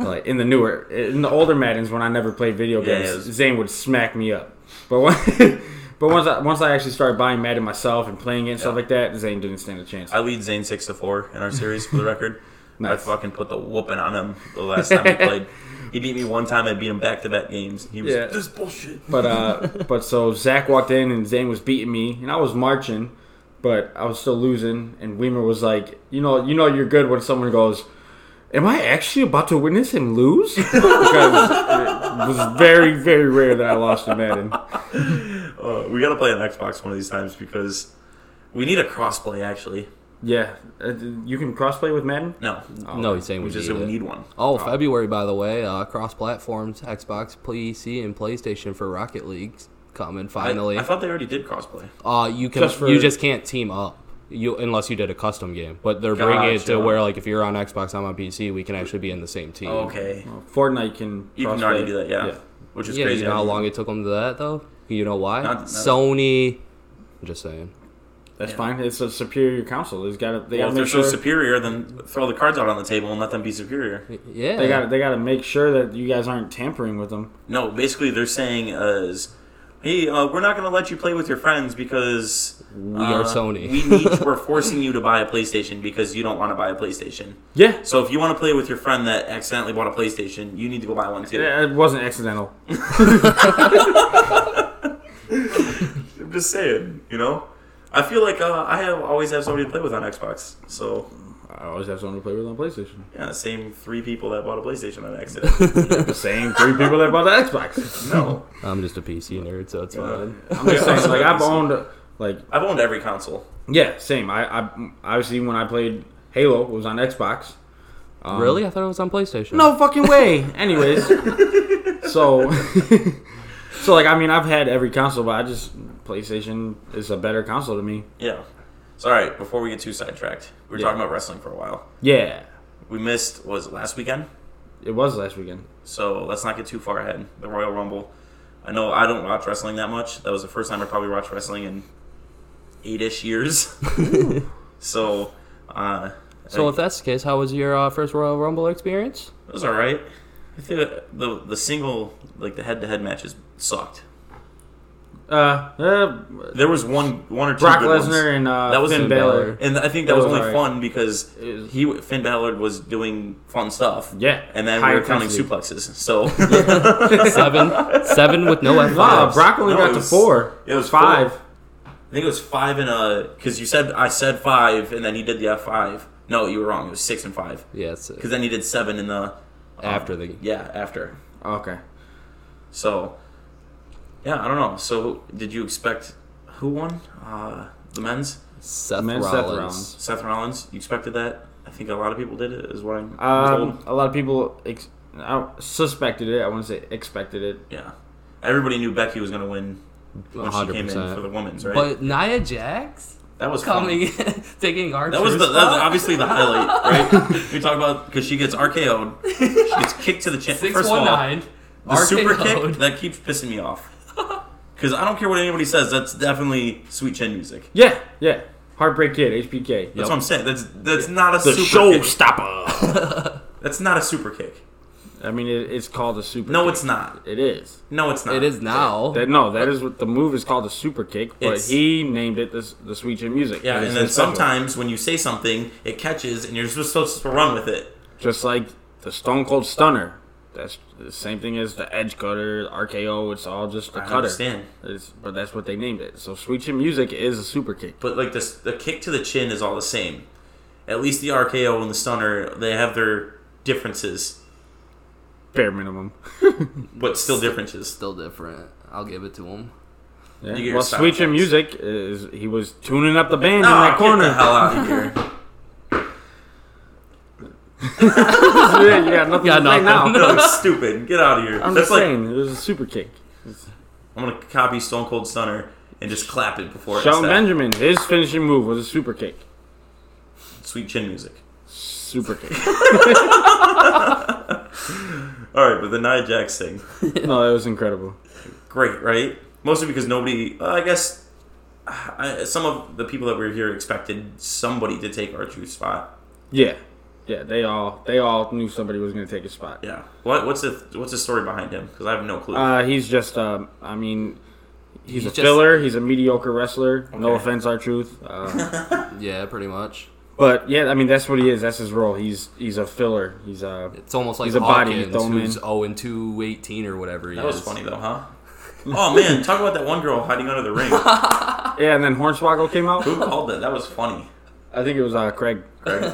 S2: like in the newer, in the older Maddens when I never played video
S1: Yeah,
S2: games,
S1: it was-
S2: Zane would smack me up. But when, but once I once I actually started buying Madden myself and playing it and stuff like that, Zane didn't stand a chance.
S1: I lead Zane six to four in our series for the record.
S2: Nice.
S1: I fucking put the whooping on him the last time we played. He beat me one time. I beat him back to back games. He was
S2: Yeah.
S1: like, this is bullshit.
S2: But uh, but so Zach walked in and Zane was beating me, and I was marching, but I was still losing. And Weimer was like, you know, you know, you're good when someone goes, "Am I actually about to witness him lose?" because it was very very rare that I lost to Madden.
S1: Uh, we got to play on Xbox one of these times because we need a crossplay. Actually,
S2: Yeah, uh, you can crossplay with Madden.
S1: no,
S3: no, he's saying
S1: we
S3: Oh, we
S1: just
S3: just
S1: we need one.
S3: Oh, February, by the way, uh, cross platforms, Xbox, PC, and PlayStation for Rocket League coming
S1: I-
S3: finally.
S1: I, thought they already did crossplay.
S3: uh, you can
S2: Just for-
S3: you just can't team up. You unless you did a custom game, but they're bringing it
S1: Gotcha.
S3: to where like if you're on Xbox, I'm on PC, we can actually be in the same team.
S1: Okay,
S2: Fortnite can.
S1: you can
S2: crossplay.
S1: already do that. Yeah, which is
S3: Yeah,
S1: crazy.
S3: you know how long it took them to that though. You know why?
S1: Not- not-
S3: Sony. I'm just saying.
S2: that's
S1: Yeah.
S2: fine. It's a superior console. It's got to. They
S1: Well,
S2: got
S1: if
S2: to
S1: they're
S2: make sure.
S1: so superior, then throw the cards out on the table and let them be superior.
S3: Yeah.
S2: they got. to They got to make sure that you guys aren't tampering with them.
S1: No, basically they're saying uh, is, hey, uh, we're not going to let you play with your friends because uh,
S3: We are Sony.
S1: we need we're forcing you to buy a PlayStation because you don't want to buy a PlayStation.
S2: Yeah.
S1: So if you want to play with your friend that accidentally bought a PlayStation, you need to go buy one too.
S2: Yeah, It wasn't accidental.
S1: I'm just saying, you know. I feel like uh, I have always have somebody to play with on Xbox. So
S2: I always have someone to play with on PlayStation.
S1: yeah, same three people that bought a PlayStation on accident.
S2: the same three people that bought the Xbox.
S1: no,
S3: I'm just a PC nerd, so it's fine.
S2: I'm just saying, like I've owned, like
S1: I've owned every console.
S2: yeah, same. I, I obviously when I played Halo it was on Xbox. Um,
S3: really? I thought it was on PlayStation.
S2: No fucking way. Anyways, so So like, I mean, I've had every console, but I just PlayStation is a better console to me.
S1: Yeah. So, all right, before we get too sidetracked, we were
S2: Yeah.
S1: talking about wrestling for a while.
S2: Yeah,
S1: We missed, was it last weekend?
S2: it was last weekend.
S1: So let's not get too far ahead. The Royal Rumble. I know I don't watch wrestling that much. That was the first time I probably watched wrestling in eight ish years. so, uh,
S3: So
S1: I-
S3: if that's the case, how was your uh, first Royal Rumble experience?
S1: It was all right. I think the the single like the head to head matches sucked.
S2: Uh, uh
S1: There was one one or two
S2: Brock
S1: good ones.
S2: Lesnar and uh,
S1: That was
S2: Finn
S1: in
S2: Balor.
S1: and I think that
S2: It
S1: was,
S2: was
S1: only
S2: all right.
S1: fun because
S2: It was-
S1: he Finn Balor was doing fun stuff.
S2: Yeah,
S1: and then we
S2: high
S1: were counting
S2: intensity.
S1: suplexes. So
S3: Seven, seven with no F
S2: Wow,
S3: fives.
S2: Brock only
S1: No,
S2: got
S1: it
S2: to
S1: was-
S2: four.
S1: it was
S2: five.
S1: I think it was five and a because you said I said five and then he did the F five. No, you were wrong. It was six and five
S3: Yeah, it's uh,
S1: because then he did seven in the um,
S3: after the
S1: yeah after.
S2: Okay.
S1: So yeah, I don't know. So did you expect who won? Uh, the men's
S3: Seth
S2: Man,
S3: Rollins.
S2: Seth Rollins.
S1: Seth Rollins. You expected that? I think a lot of people did it. Is what I'm
S2: Um,
S1: told.
S2: a lot of people ex- I suspected it. I wouldn't say expected it.
S1: Yeah, everybody knew Becky was going to win when she came in
S3: 100%.
S1: for the women's right.
S3: But Nia Jax
S1: that was fun.
S3: coming in, taking our
S1: That was the that was obviously the highlight, right? we talk about because she gets RKO'd, she gets kicked to the chin.
S3: six
S1: First of
S3: one
S1: all,
S3: nine.
S1: The super kick that keeps pissing me off. Because I don't care what anybody says, that's definitely sweet chin music.
S2: Yeah, yeah. Heartbreak Kid, HBK.
S1: That's
S3: Yep.
S1: what I'm saying. That's that's not a super kick.
S2: showstopper.
S1: That's not a super kick.
S2: I mean, it, it's called a super.
S1: No,
S2: kick.
S1: it's not.
S2: It is.
S1: No, it's not.
S3: It is now.
S2: That, no, that is what the move is called a super kick, but
S1: It's-
S2: he named it the, the sweet chin music.
S1: Yeah,
S2: it's
S1: and then
S2: his special.
S1: sometimes when you say something, it catches, and you're just supposed to run with it.
S2: Just like the Stone Cold Stunner. That's the same thing as the Edge Cutter, RKO. It's all just the
S1: I
S2: cutter.
S1: understand,
S2: It's, but that's what they named it. So Sweet Chin Music is a super kick.
S1: but like this, the kick to the chin is all the same. At least the RKO and the stunner, they have their differences,
S2: Bare minimum.
S1: but still differences.
S3: Still different. I'll give it to him.
S2: Yeah.
S1: You get your
S2: Well,
S1: sound
S2: Sweet Chin
S1: effects.
S2: Music is he was tuning up the band in
S1: Ah,
S2: that corner.
S1: get the hell out of here.
S2: yeah, you got nothing
S3: Got
S2: to say
S3: nothing.
S2: now.
S1: No, it's stupid. Get out of here.
S2: I'm
S1: That's
S2: just
S1: like
S2: saying, it was a super kick.
S1: I'm gonna copy Stone Cold Stunner and just clap it before it's
S2: Shelton
S1: that.
S2: Benjamin, his finishing move was a super kick.
S1: Sweet chin music.
S2: Super kick.
S1: All right, but the Nia Jax thing,
S2: no, that was incredible.
S1: great, right? Mostly because nobody, uh, I guess, uh, I, some of the people that were here expected somebody to take our truth spot.
S2: Yeah, yeah. They all they all knew somebody was going to take his spot.
S1: Yeah. What what's the what's the story behind him? Because I have no clue.
S2: Uh, he's just, um, I mean, he's,
S3: He's
S2: a
S3: just-
S2: filler. He's a mediocre wrestler. No
S1: Okay.
S2: offense, our truth. Uh,
S3: Yeah, pretty much.
S2: but yeah, I mean, that's what he is. That's his role. He's he's a filler. He's uh, a
S3: It's almost like
S2: He's a body, you
S3: Hawkins,
S2: throw him
S3: who's
S2: in.
S3: 0 and 2, 18 or whatever. He
S1: that was
S3: is.
S1: funny though, huh? oh man, talk about that one girl hiding under the ring. Who
S2: yeah. And then Hornswoggle came out.
S1: called that? That was funny.
S2: I think it was uh, Craig.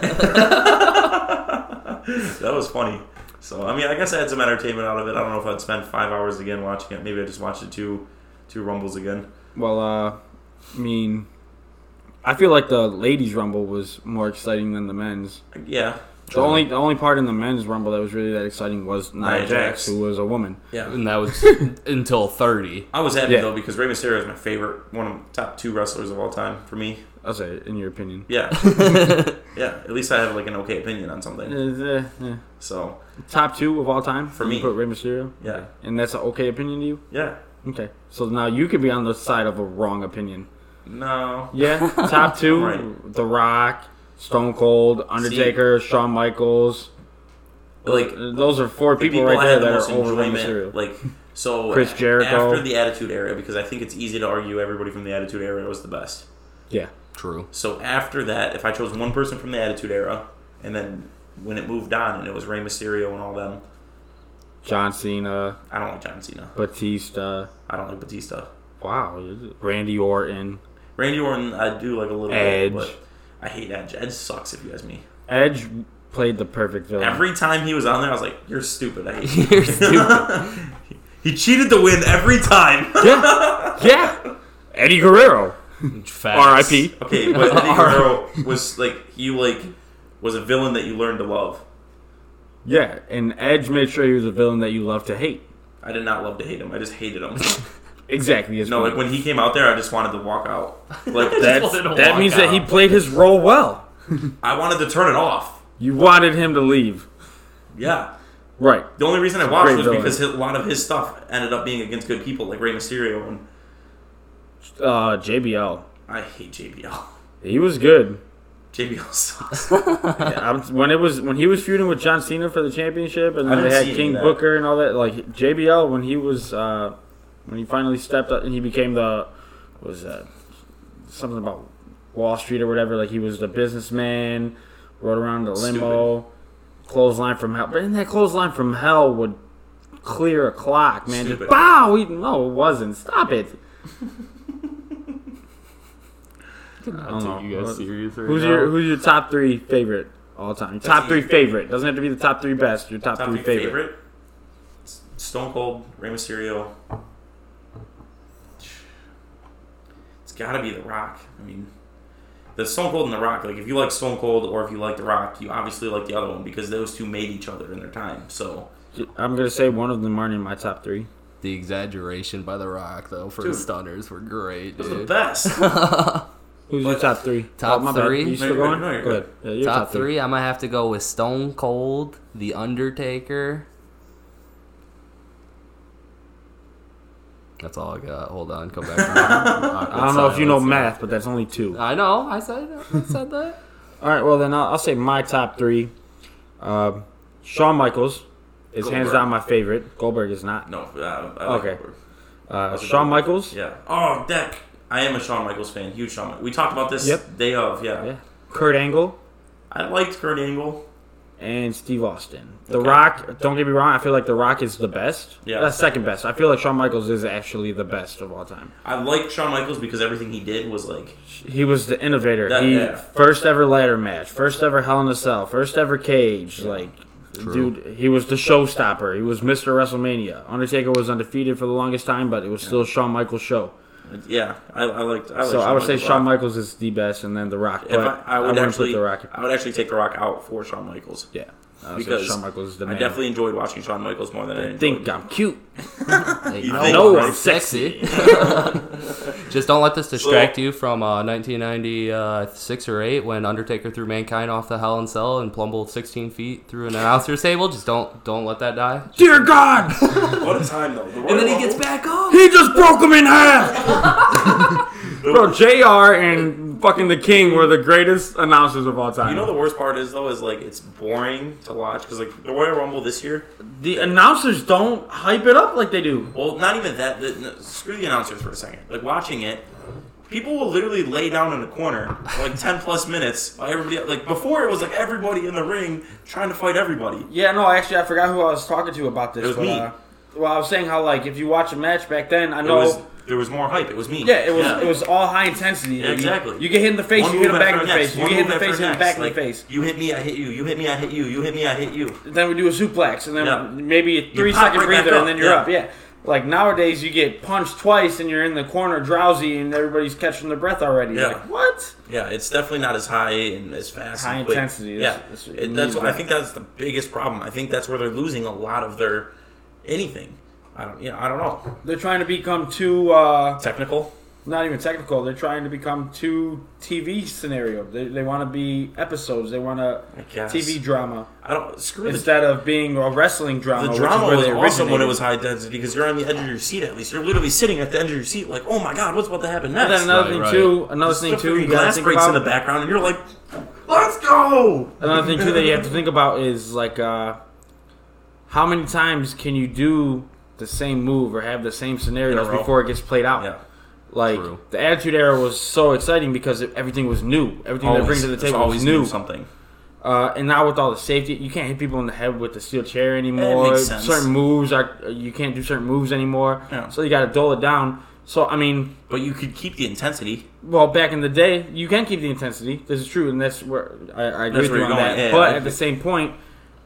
S1: That was funny. So I mean, I guess I had some entertainment out of it. I don't know if I'd spend five hours again watching it. Maybe I just watched the two two rumbles again.
S2: Well, uh, I mean, I feel like the ladies' rumble was more exciting than the men's.
S1: Yeah.
S2: The only the only part in the men's rumble that was really that exciting was Nia,
S1: Nia
S2: Jax,
S1: Jax.
S2: who was a woman.
S1: Yeah.
S3: And that was until 30.
S1: I was happy
S2: Yeah.
S1: though because Rey Mysterio is my favorite, one of the top two wrestlers of all time for me.
S2: I'll say, it, in your opinion.
S1: Yeah. yeah. At least I have like an okay opinion on something.
S2: Uh, yeah.
S1: So
S2: Top two of all time
S1: For
S2: You
S1: me.
S2: Put Rey Mysterio.
S1: yeah,
S2: And that's an okay opinion to you?
S1: yeah.
S2: Okay. So now you could be on the side of a wrong opinion.
S1: No.
S2: Yeah. Top two
S1: Right.
S2: The Rock, Stone Cold, Undertaker, Shawn Michaels.
S1: Like the
S2: Those are four people,
S1: people,
S2: right
S1: I
S2: there
S1: had the
S2: that
S1: most
S2: are over Rey
S1: enjoyment.
S2: Mysterio.
S1: Like so.
S2: Chris Jericho.
S1: After the Attitude Era, because I think it's easy to argue everybody from the Attitude Era was the best.
S2: yeah.
S3: True.
S1: So after that, if I chose one person from the Attitude Era, and then when it moved on and it was Rey Mysterio and all them,
S2: John Cena,
S1: I don't like John Cena.
S2: Batista.
S1: I don't like Batista.
S2: Wow. Randy Orton.
S1: Randy Orton, I do like a little
S2: Edge.
S1: bit, but I hate Edge. Edge sucks if you ask me.
S2: Edge played the perfect villain.
S1: Every time he was on there, I was like, "You're stupid." I hate you."
S3: You're stupid.
S1: he cheated to win every time.
S2: yeah. Yeah. Eddie Guerrero.
S3: Facts.
S2: R.I.P.
S1: okay, but Eddie Guerrero was like you like was a villain that you learned to love.
S2: Yeah. And Edge made sure he was a villain that you love to hate.
S1: I did not love to hate him. I just hated him.
S2: Exactly. Is
S1: no,
S2: my
S1: like when he came out there, I just wanted to walk out. Like
S2: That's,
S3: wanted to
S2: that
S3: walk
S2: means that he
S3: out.
S2: played his role well.
S1: I wanted to turn it off.
S2: You wanted him to leave.
S1: Yeah.
S2: Right.
S1: The only reason I watched
S2: Great
S1: was
S2: villain.
S1: because his, a lot of his stuff ended up being against good people, like Rey Mysterio, and
S2: Uh, JBL.
S1: I hate JBL.
S2: He was good.
S1: JBL sucks.
S2: I'm, when it was when he was feuding with John Cena for the championship, and
S1: I didn't
S2: they
S1: see
S2: had
S1: any
S2: King
S1: of that.
S2: Booker and all that. Like JBL, when he was uh, when he finally stepped up and he became the what was that something about Wall Street or whatever. Like he was the businessman, rode around the limo, clothesline from hell. But in that clothesline from hell would clear a clock, man.
S1: Stupid.
S2: Just bow. We, no, it wasn't. Stop it.
S3: I
S2: know.
S3: take you guys
S2: What-
S3: serious right
S2: Oh, Who's
S3: now.
S2: your Who's your top three favorite all time? Your top three favorite doesn't have to be the top three best. Your top,
S1: Top
S2: three
S1: three
S2: favorite.
S1: favorite? S- Stone Cold, Rey Mysterio. It's got to be The Rock. I mean, the Stone Cold and The Rock. Like, if you like Stone Cold or if you like The Rock, you obviously like the other one because those two made each other in their time. So,
S2: I'm gonna say one of them aren't in my top three.
S3: the exaggeration by The Rock though for
S1: Dude.
S3: his stunners were great,
S1: those are the
S3: dude.
S1: best.
S2: Who's your top three? Oh,
S3: Top
S2: my bad.
S3: three?
S2: You still
S1: No, you're good.
S2: going?
S1: No, you're
S2: Go
S1: good.
S2: ahead. Yeah, your
S3: Top three, I might have to go with Stone Cold, The Undertaker. That's all I got. Hold on, come back.
S2: I don't know if you know math, but that's only two.
S3: I know. I said I said that.
S2: All right, well then I'll, I'll say my top three. Um, Shawn Michaels is hands
S1: Goldberg.
S2: down my favorite. Goldberg is not.
S1: No, uh, I like
S2: Okay.
S1: Goldberg.
S2: Uh, Shawn Michaels.
S1: Yeah. Oh, Deck. I am a Shawn Michaels fan. Huge Shawn. Michaels. We talked about this
S2: Yep.
S1: day of. Yeah.
S2: Yeah. Kurt Angle.
S1: I liked Kurt Angle.
S2: and Steve Austin. The
S1: Okay.
S2: Rock, don't get me wrong, I feel like The Rock is the best.
S1: Yeah.
S2: That's second best. I feel like Shawn Michaels is actually the best of all time.
S1: I liked Shawn Michaels because everything he did was like.
S2: He was the innovator.
S1: That-
S2: he
S1: yeah.
S2: first ever ladder match, first ever Hell in a Cell, first ever cage. Like,
S3: True.
S2: dude, he was the showstopper. He was Mr. WrestleMania. Undertaker was undefeated for the longest time, but it was still Shawn Michaels' show.
S1: Yeah, I, I liked. I liked
S2: so I would say
S1: Michaels a
S2: Shawn
S1: lot.
S2: Michaels is the best, and then The Rock. But
S1: If I, I would
S2: wouldn't
S1: actually,
S2: put The Rock.
S1: I would actually take The Rock out for Shawn Michaels.
S2: Yeah, I would say
S1: Because
S2: Shawn Michaels is the
S1: I
S2: man.
S1: definitely enjoyed watching Shawn Michaels more than I
S2: I
S1: enjoyed.
S2: think I'm cute.
S3: Like,
S1: You
S3: I
S1: think
S3: know
S1: I'm
S3: I'm sexy. Just don't let this distract you from uh, 1996 or 8 when Undertaker threw Mankind off the Hell in Cell and plumbled 16 feet through an announcer's table. Just don't don't let that die.
S2: Dear God,
S1: what a time though. The Royal
S3: And then he
S1: Rumble-
S3: gets back up.
S2: He just broke him in half. Bro, JR and fucking the King were the greatest announcers of all time.
S1: You know the worst part is though is like it's boring to watch because like the Royal Rumble this year.
S2: the announcers don't hype it up like they do.
S1: Well, not even that. The, no, screw the announcers for a second. Like watching it, people will literally lay down in a corner for like ten plus minutes. While everybody like before it was like everybody in the ring trying to fight everybody.
S2: Yeah, no, actually, I forgot who I was talking to about this.
S1: It was
S2: but,
S1: me.
S2: Uh, well, I was saying how like if you watch a match back then, I
S1: It
S2: know.
S1: was there was more hype. It was me.
S2: yeah, it was it was all high intensity.
S1: Yeah,
S2: You-
S1: exactly.
S2: You get hit in the face,
S1: One
S2: you get him
S1: move
S2: back
S1: after
S2: in the
S1: next,
S2: face. You
S1: one
S2: get hit in
S1: move
S2: the face,
S1: after
S2: you get back in the
S1: next. Like,
S2: face.
S1: You hit me, I hit you. You hit me, I hit you. You hit me, I hit you.
S2: Then we do a suplex, and then
S1: Yeah.
S2: maybe a three
S1: pop
S2: second
S1: right back
S2: breather,
S1: up,
S2: and then you're
S1: yeah.
S2: up. Yeah. Like nowadays, you get punched twice, and you're in the corner drowsy, and everybody's catching their breath already.
S1: Yeah.
S2: Like what?
S1: Yeah, it's definitely not as high and as fast.
S2: High
S1: and quick.
S2: intensity,
S1: Yeah,
S2: that's- that's what you
S1: it, that's.
S2: need,
S1: what- I
S2: yeah.
S1: think that's the biggest problem. I think that's where they're losing a lot of their anything. I don't. Yeah, I don't know.
S2: They're trying to become too uh,
S1: Technical.
S2: not even technical. They're trying to become too TV scenario. They, they want to be episodes. They want to
S1: I guess.
S2: TV drama
S1: I don't. Screw the
S2: instead of being a wrestling drama.
S1: The
S2: which is
S1: drama
S2: where
S1: was
S2: they
S1: awesome when it
S2: originated.
S1: was high density because you're on the edge of your seat at least. You're literally sitting at the edge of your seat, like, oh my god, what's about to happen
S2: And
S1: next?
S2: then another
S3: Right,
S2: thing
S3: right.
S2: too. Another
S1: The
S2: thing too. You gotta
S1: glass
S2: think
S1: breaks
S2: about
S1: in the background, and you're like, let's go.
S2: Another thing too that you have to think about is like uh, how many times can you do the same move or have the same scenarios
S1: row.
S2: before it gets played out?
S1: Yeah.
S2: Like
S3: True.
S2: the Attitude Era was so exciting because it, everything was new. Everything they bring to the
S1: There's
S2: table
S1: always
S2: was new.
S1: something.
S2: Uh, and now with all the safety, you can't hit people in the head with the steel chair anymore.
S1: makes sense.
S2: Certain moves are you can't do certain moves anymore.
S1: Yeah.
S2: So you got to dull it down. So I mean,
S1: But you could keep the intensity.
S2: well, back in the day, you can keep the intensity. This is true, and that's where I, I agree
S1: That's
S2: with
S1: where
S2: you on
S1: you're going,
S2: that.
S1: yeah,
S2: but
S1: I
S2: at the
S1: think-
S2: same point,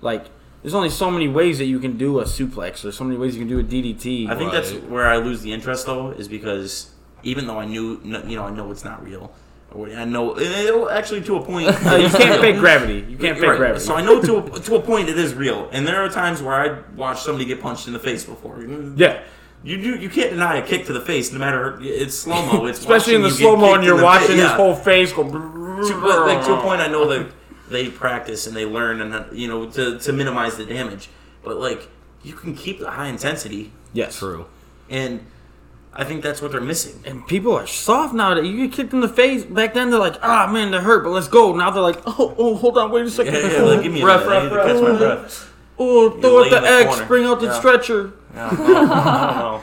S2: like there's only so many ways that you can do a suplex. There's so many ways you can do a DDT.
S1: I think that's
S3: Right.
S1: where I lose the interest though, is because even though I knew, you know, I know it's not real. Or, I know it, actually to a point.
S2: Uh, you
S1: it's
S2: can't
S1: real.
S2: fake gravity. You can't fake
S1: Right.
S2: gravity.
S1: So I know to a, to a point it is real, and there are times where I watched somebody get punched in the face before.
S2: yeah.
S1: You do you can't deny a kick to the face, no matter it's slow mo. It's
S2: Especially in the
S1: watching you get
S2: slow mo
S1: kicked
S2: and
S1: in
S2: you're
S1: the
S2: watching
S1: fa-
S2: his
S1: yeah.
S2: whole face go.
S1: To, but, like, to a point, I know that they practice and they learn and you know to, to minimize the damage. But like you can keep the high intensity,
S2: Yes.
S3: True.
S1: and I think that's what they're missing.
S2: And people are soft now. That you get kicked in the face. Back then they're like, ah man, that hurt, but let's go. Now they're like, oh, oh, hold on, wait a second.
S1: Yeah, yeah, like, give me a
S3: Ref,
S1: minute. I need to
S2: ref,
S1: catch my
S2: ref.
S1: breath.
S2: Oh, throw
S1: lay
S2: out
S1: in
S2: the
S1: that
S2: X,
S1: corner.
S2: bring out the
S1: Yeah.
S2: stretcher.
S1: Yeah, I don't know. I don't know.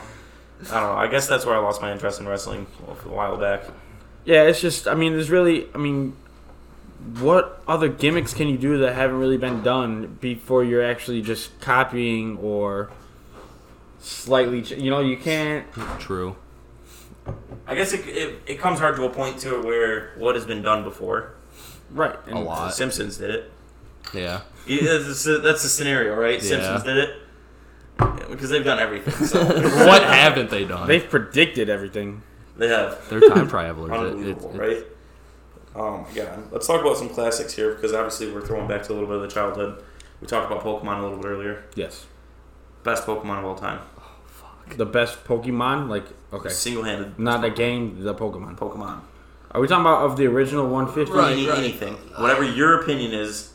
S1: I don't know. I guess that's where I lost my interest in wrestling a while back.
S2: Yeah, it's just. I mean, there's really. I mean, what other gimmicks can you do that haven't really been done before you're actually just copying or slightly? Ch- you know, you can't.
S3: True.
S1: I guess it, it, it comes hard to a point to where what has been done before.
S2: Right.
S3: A
S1: The
S3: lot.
S1: Simpsons did it.
S3: Yeah.
S1: Yeah, That's the that's the scenario, right?
S3: Yeah.
S1: Simpsons did it Yeah, because they've done everything. So
S3: What haven't they done?
S2: They've predicted everything.
S1: they have
S3: They're time travelers. It- it-
S1: unbelievable,
S3: it-
S1: right? Oh my god! Let's talk about some classics here because obviously we're throwing back to a little bit of the childhood. We talked about Pokemon a little bit earlier.
S2: Yes.
S1: Best Pokemon of all time,
S2: The best Pokemon, like okay,
S1: single-handed
S2: not a game, the Pokemon.
S1: Pokemon.
S2: Are we talking about of the original 150?
S3: Right,
S1: Any-
S3: right.
S1: Anything, whatever your opinion is,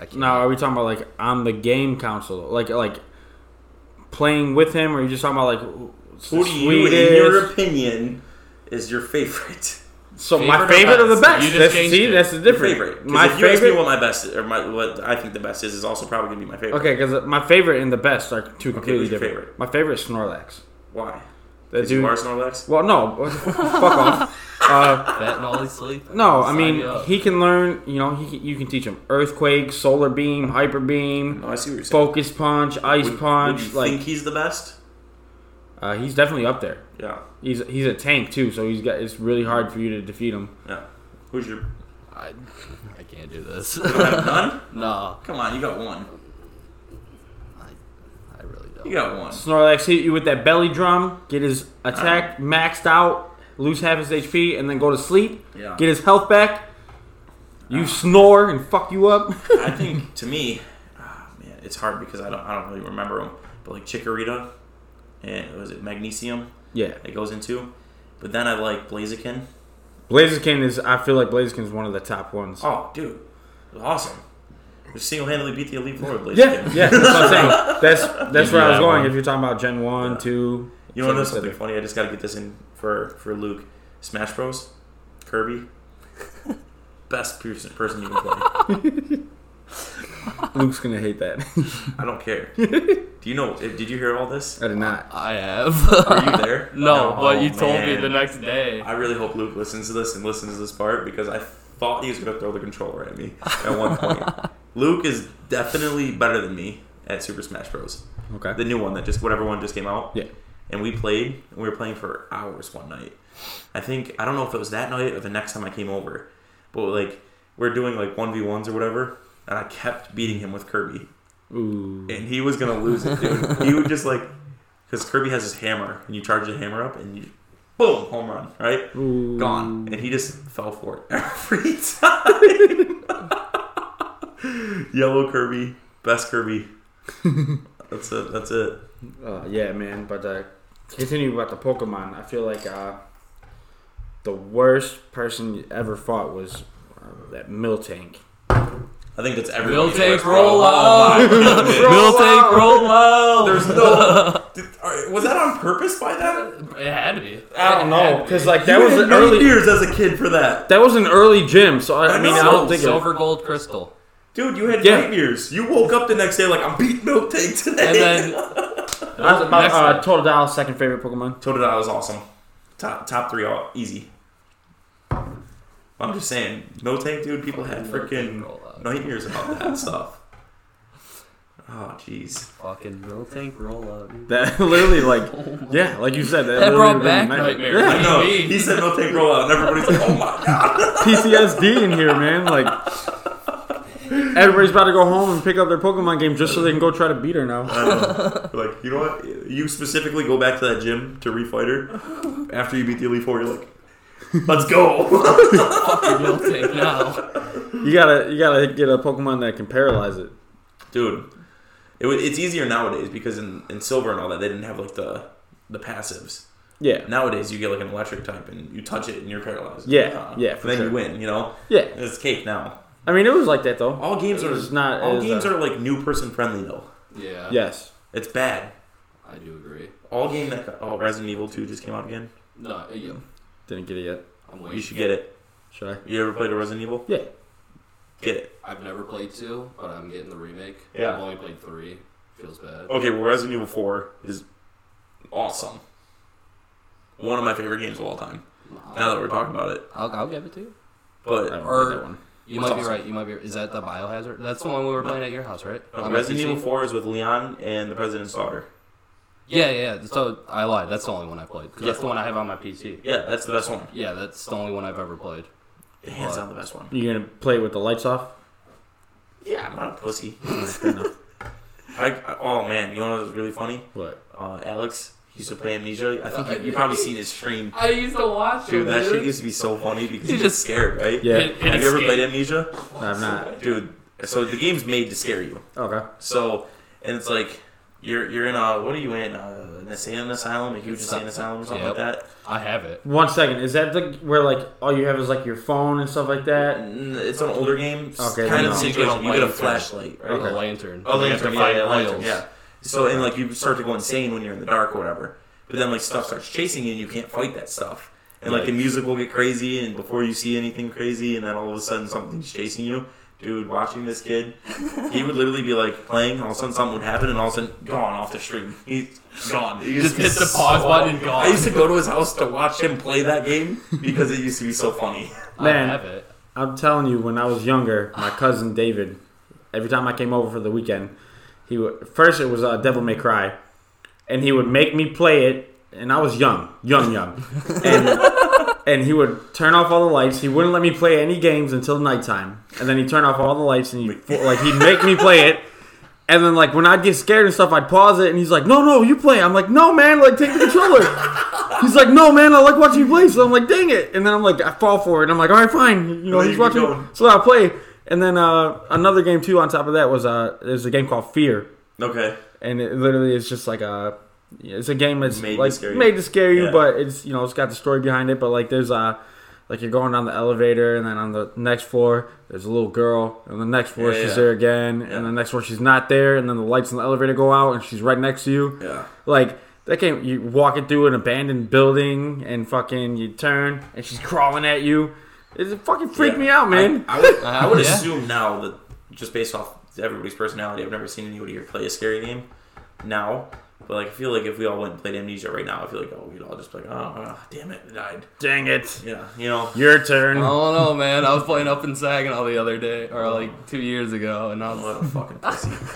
S3: I can't-
S2: Now, are we talking about like on the game console, like like playing with him, or are you just talking about like
S1: who do you, in your opinion, is your favorite?
S2: So my
S3: Favorite or
S2: favorite of the
S3: best?
S2: best.
S3: You just
S2: That's,
S3: changed
S2: see,
S3: it.
S2: that's the
S1: Your
S2: difference.
S1: favorite. 'Cause
S2: My
S1: if you ask me
S2: favorite.
S1: what my best or my what I think the best is is also probably gonna be my favorite.
S2: Okay, because my favorite and the best are two completely
S1: who's your
S2: different.
S1: favorite?
S2: My favorite is Snorlax.
S1: Why?
S2: That
S1: Is you
S2: dude.
S1: are Snorlax?
S2: Well, no, fuck off. Uh,
S3: Fat and all his sleep.
S2: no, I
S3: Sign
S2: mean
S3: you up.
S2: he can learn. You know, he you can teach him earthquake, solar beam, hyper beam,
S1: No, I see what you're saying.
S2: focus punch, ice
S1: Would-
S2: punch.
S1: Would you
S2: like
S1: think he's the best?
S2: uh, he's definitely up there.
S1: Yeah,
S2: He's he's a tank too, so he's got. It's really hard for you to defeat him.
S1: yeah. Who's your?
S3: I, I can't do this.
S1: You have none?
S3: no,
S1: Come on, you got one.
S3: I really don't.
S1: You got one.
S2: Snorlax hit you with that belly drum, get his attack
S1: Uh.
S2: maxed out, lose half his HP, and then go to sleep.
S1: Yeah.
S2: Get his health back. You snore and fuck you up.
S1: I think to me, ah, man, it's hard because I don't I don't really remember him. But like Chikorita, and was it Magnesium
S2: yeah.
S1: that goes into? But then I like Blaziken.
S2: Blaziken is, I feel like Blaziken is one of the top ones.
S1: Oh, dude, it was awesome. We single-handedly beat the Elite Four with Blaziken.
S2: Yeah, yeah, that's what I'm saying. That's that's
S3: Give you
S2: where I was
S3: that
S2: going.
S3: one.
S2: If you're talking about Gen 1, 2.
S1: You want to know
S2: something
S1: something funny? I just got to get this in for for Luke. Smash Bros. Kirby, best person person you can play.
S2: specific. Luke's gonna hate that.
S1: I don't care. Do you know? eh, Did you hear all this?
S2: I did not.
S3: I have.
S1: Were you there?
S3: No, but
S1: Oh,
S3: you told me
S1: man.
S3: the next day.
S1: I really hope Luke listens to this and listens to this part because I thought he was gonna throw the controller at me at one point. Luke is definitely better than me at Super Smash Bros.
S2: Okay.
S1: The new one that just whatever one just came out.
S2: yeah.
S1: and we played and we were playing for hours one night i think i don't know if it was that night or the next time i came over but like we're doing like 1v1s or whatever and i kept beating him with kirby
S2: Ooh.
S1: and he was gonna lose it dude he would just like because kirby has his hammer and you charge the hammer up and you boom home run right
S2: Ooh.
S1: gone and he just fell for it every time yellow kirby best kirby that's it that's it
S2: Uh, yeah, man. But uh, continue about the Pokemon. I feel like uh, the worst person you ever fought was uh, that Miltank.
S1: i think that's every
S3: Bill take roll
S1: Oh
S3: up. Bill take roll up.
S1: There's no. Did, are, was that on purpose by then?
S3: It had to
S2: I
S3: be.
S2: don't
S3: It had
S2: know,
S3: to be.
S2: because like
S1: That
S2: that
S1: you
S2: was
S1: was
S2: an
S1: had
S2: early
S1: early years as a kid for that,
S2: that was an early gym. So I, I mean, I
S1: know.
S2: don't think it,
S3: silver, gold, crystal,
S1: dude. You had
S2: Yeah.
S1: nightmares. You woke up the next day like I'm beating milk tank today.
S3: and then
S2: I was about
S3: Next
S2: uh,
S3: one.
S2: Total Dial second favorite Pokemon.
S1: Totodile was awesome. Top top three all easy. I'm just saying, no tank, dude. People had freaking nightmares about that stuff. Oh jeez.
S3: fucking Bill take roll up.
S2: That literally like yeah, like you said that,
S3: That
S2: literally
S3: brought
S2: was
S3: back
S2: nice.
S3: nightmares.
S2: Yeah,
S1: I know.
S3: Maybe.
S1: He said no tank rollout, and everybody's like, "Oh my god!"
S2: PTSD in here, man. Like everybody's about to go home and pick up their Pokemon game just so they can go try to beat her now.
S1: I know. Like, you know what? You specifically go back to that gym to refight her after you beat the Elite Four. You're like, Let's go.
S3: Fucking will take now.
S2: You gotta you gotta get a Pokemon that can paralyze it.
S1: Dude, it, wa- it's easier nowadays because in, in Silver and all that, they didn't have like the the passives.
S2: Yeah.
S1: Nowadays, you get like an electric type and you touch it and you're paralyzed. Uh-huh.
S2: Yeah, yeah, for
S1: then
S2: sure.
S1: you win, you know?
S2: Yeah.
S1: It's cake now.
S2: I mean it was like that though.
S1: All games
S2: It's
S1: are
S2: not
S1: all
S2: as,
S1: games
S2: uh,
S1: are like new person friendly though.
S3: Yeah.
S2: Yes.
S1: It's bad.
S3: I do agree.
S1: All game that oh Resident Evil Two just came out again.
S3: No, yeah.
S2: Didn't get it yet.
S3: I'm
S1: You
S3: waiting.
S1: should get it.
S2: Should I?
S1: You ever played a Resident Evil?
S2: Yeah.
S1: Get it.
S3: I've never played two, but I'm getting the remake.
S1: Yeah.
S3: I've only played three. Feels bad.
S1: Okay, well Resident Evil Four is awesome. One of my favorite games of all time. Now that we're talking about it,
S3: I'll, I'll give it to you.
S2: I
S1: but
S2: don't
S3: Or-
S2: like that one.
S3: You
S1: It's
S3: might be
S1: awesome.
S3: right. You might be. Is that the Biohazard? That's the one we were playing at your house, right?
S1: no,
S3: On the
S1: uh, Resident
S3: PC?
S1: Evil Four is with Leon and the President's daughter.
S3: Yeah, yeah. yeah. So I lied. That's the only one I played. 'cause that's the one I have on my PC.
S1: Yeah, that's the best one.
S3: Yeah, that's the only one I've ever played.
S1: Hands down the best one.
S2: You gonna play with the lights off?
S1: Yeah, I'm not a pussy. I, I- oh man, you know what was really funny?
S2: What?
S1: Uh, Alex used to play Amnesia. I think you, you probably seen his stream.
S3: I used to watch
S1: Dude, that shit used to be so funny because
S3: You
S1: you
S3: just-
S1: just scared, right?
S2: Yeah.
S1: Have you ever played Amnesia?
S2: No, I'm not.
S1: dude. So the game's made to scare you.
S2: Okay.
S1: So, and it's like you're you're in a what are you in uh, an insane asylum, a huge insane asylum or something like that.
S3: I have it.
S2: One second. Is that the where like all you have is like your phone and stuff like that?
S1: Mm, It's an older game, s-
S2: Okay,
S1: kind
S2: no.
S1: of situation. You get a flashlight, right?
S3: Like
S2: Okay.
S3: a lantern.
S1: Oh,
S3: You have
S1: lantern,
S3: to
S1: yeah,
S3: find
S1: yeah, lantern,
S3: oils.
S1: yeah. So and like you start to go insane when you're in the dark or whatever. But then like stuff starts chasing you and you can't fight that stuff. And like the
S2: Yikes.
S1: music will get crazy and before you see anything crazy and then all of a sudden something's chasing you. Dude, watching this kid, he would literally be like playing, all of a sudden something would happen and all of a sudden gone off the stream. He's gone. He
S3: Just hit the
S1: so-
S3: pause button and
S1: I
S3: gone.
S1: used to go to his house to watch him play that game because it used to be so funny.
S2: Man.
S3: I have it.
S2: I'm telling you, when I was younger, my cousin David, every time I came over for the weekend, he would first it was uh, Devil May Cry, and he would make me play it, and I was young, young, young, and and he would turn off all the lights. He wouldn't let me play any games until nighttime, and then he'd turn off all the lights and he like he'd make me play it. And then, like, when I'd get scared and stuff, I'd pause it, and he's like, "No, no, you play." I'm like, "No, man, like, take the controller." he's like, "No, man, I like watching you play." So I'm like, "Dang it!" And then I'm like, I fall for it. And I'm like, "All right, fine." You know,
S1: Well,
S2: he's
S1: you keep
S2: watching,
S1: going.
S2: so I play. And then uh, another game too. On top of that was uh, there's a game called Fear,
S1: Okay.
S2: and it literally is just like a, it's a game that's
S1: Made to
S2: like
S1: scare you.
S2: made to scare you,
S1: Yeah.
S2: but it's you know it's got the story behind it. But like there's uh like you're going down the elevator, and then on the next floor there's a little girl, and the next floor
S1: Yeah,
S2: she's
S1: yeah.
S2: there again,
S1: Yeah.
S2: and the next floor she's not there, and then the lights in the elevator go out, and she's right next to you.
S1: Yeah.
S2: Like that game, you walking through an abandoned building, and fucking you turn, and she's crawling at you. It fucking freaked
S1: Yeah.
S2: me out, man.
S1: I, I would,
S3: Uh-huh,
S1: I would
S3: yeah.
S1: assume now that just based off everybody's personality, I've never seen anybody here play a scary game now. But like, I feel like if we all went and played Amnesia right now, I feel like oh, we'd all just be like, oh, ah, damn it, I died.
S2: Dang it.
S1: Yeah, you know.
S2: Your turn.
S3: I don't know, man. I was playing up in Saginaw the other day, or like two years ago, and I was
S1: What a fucking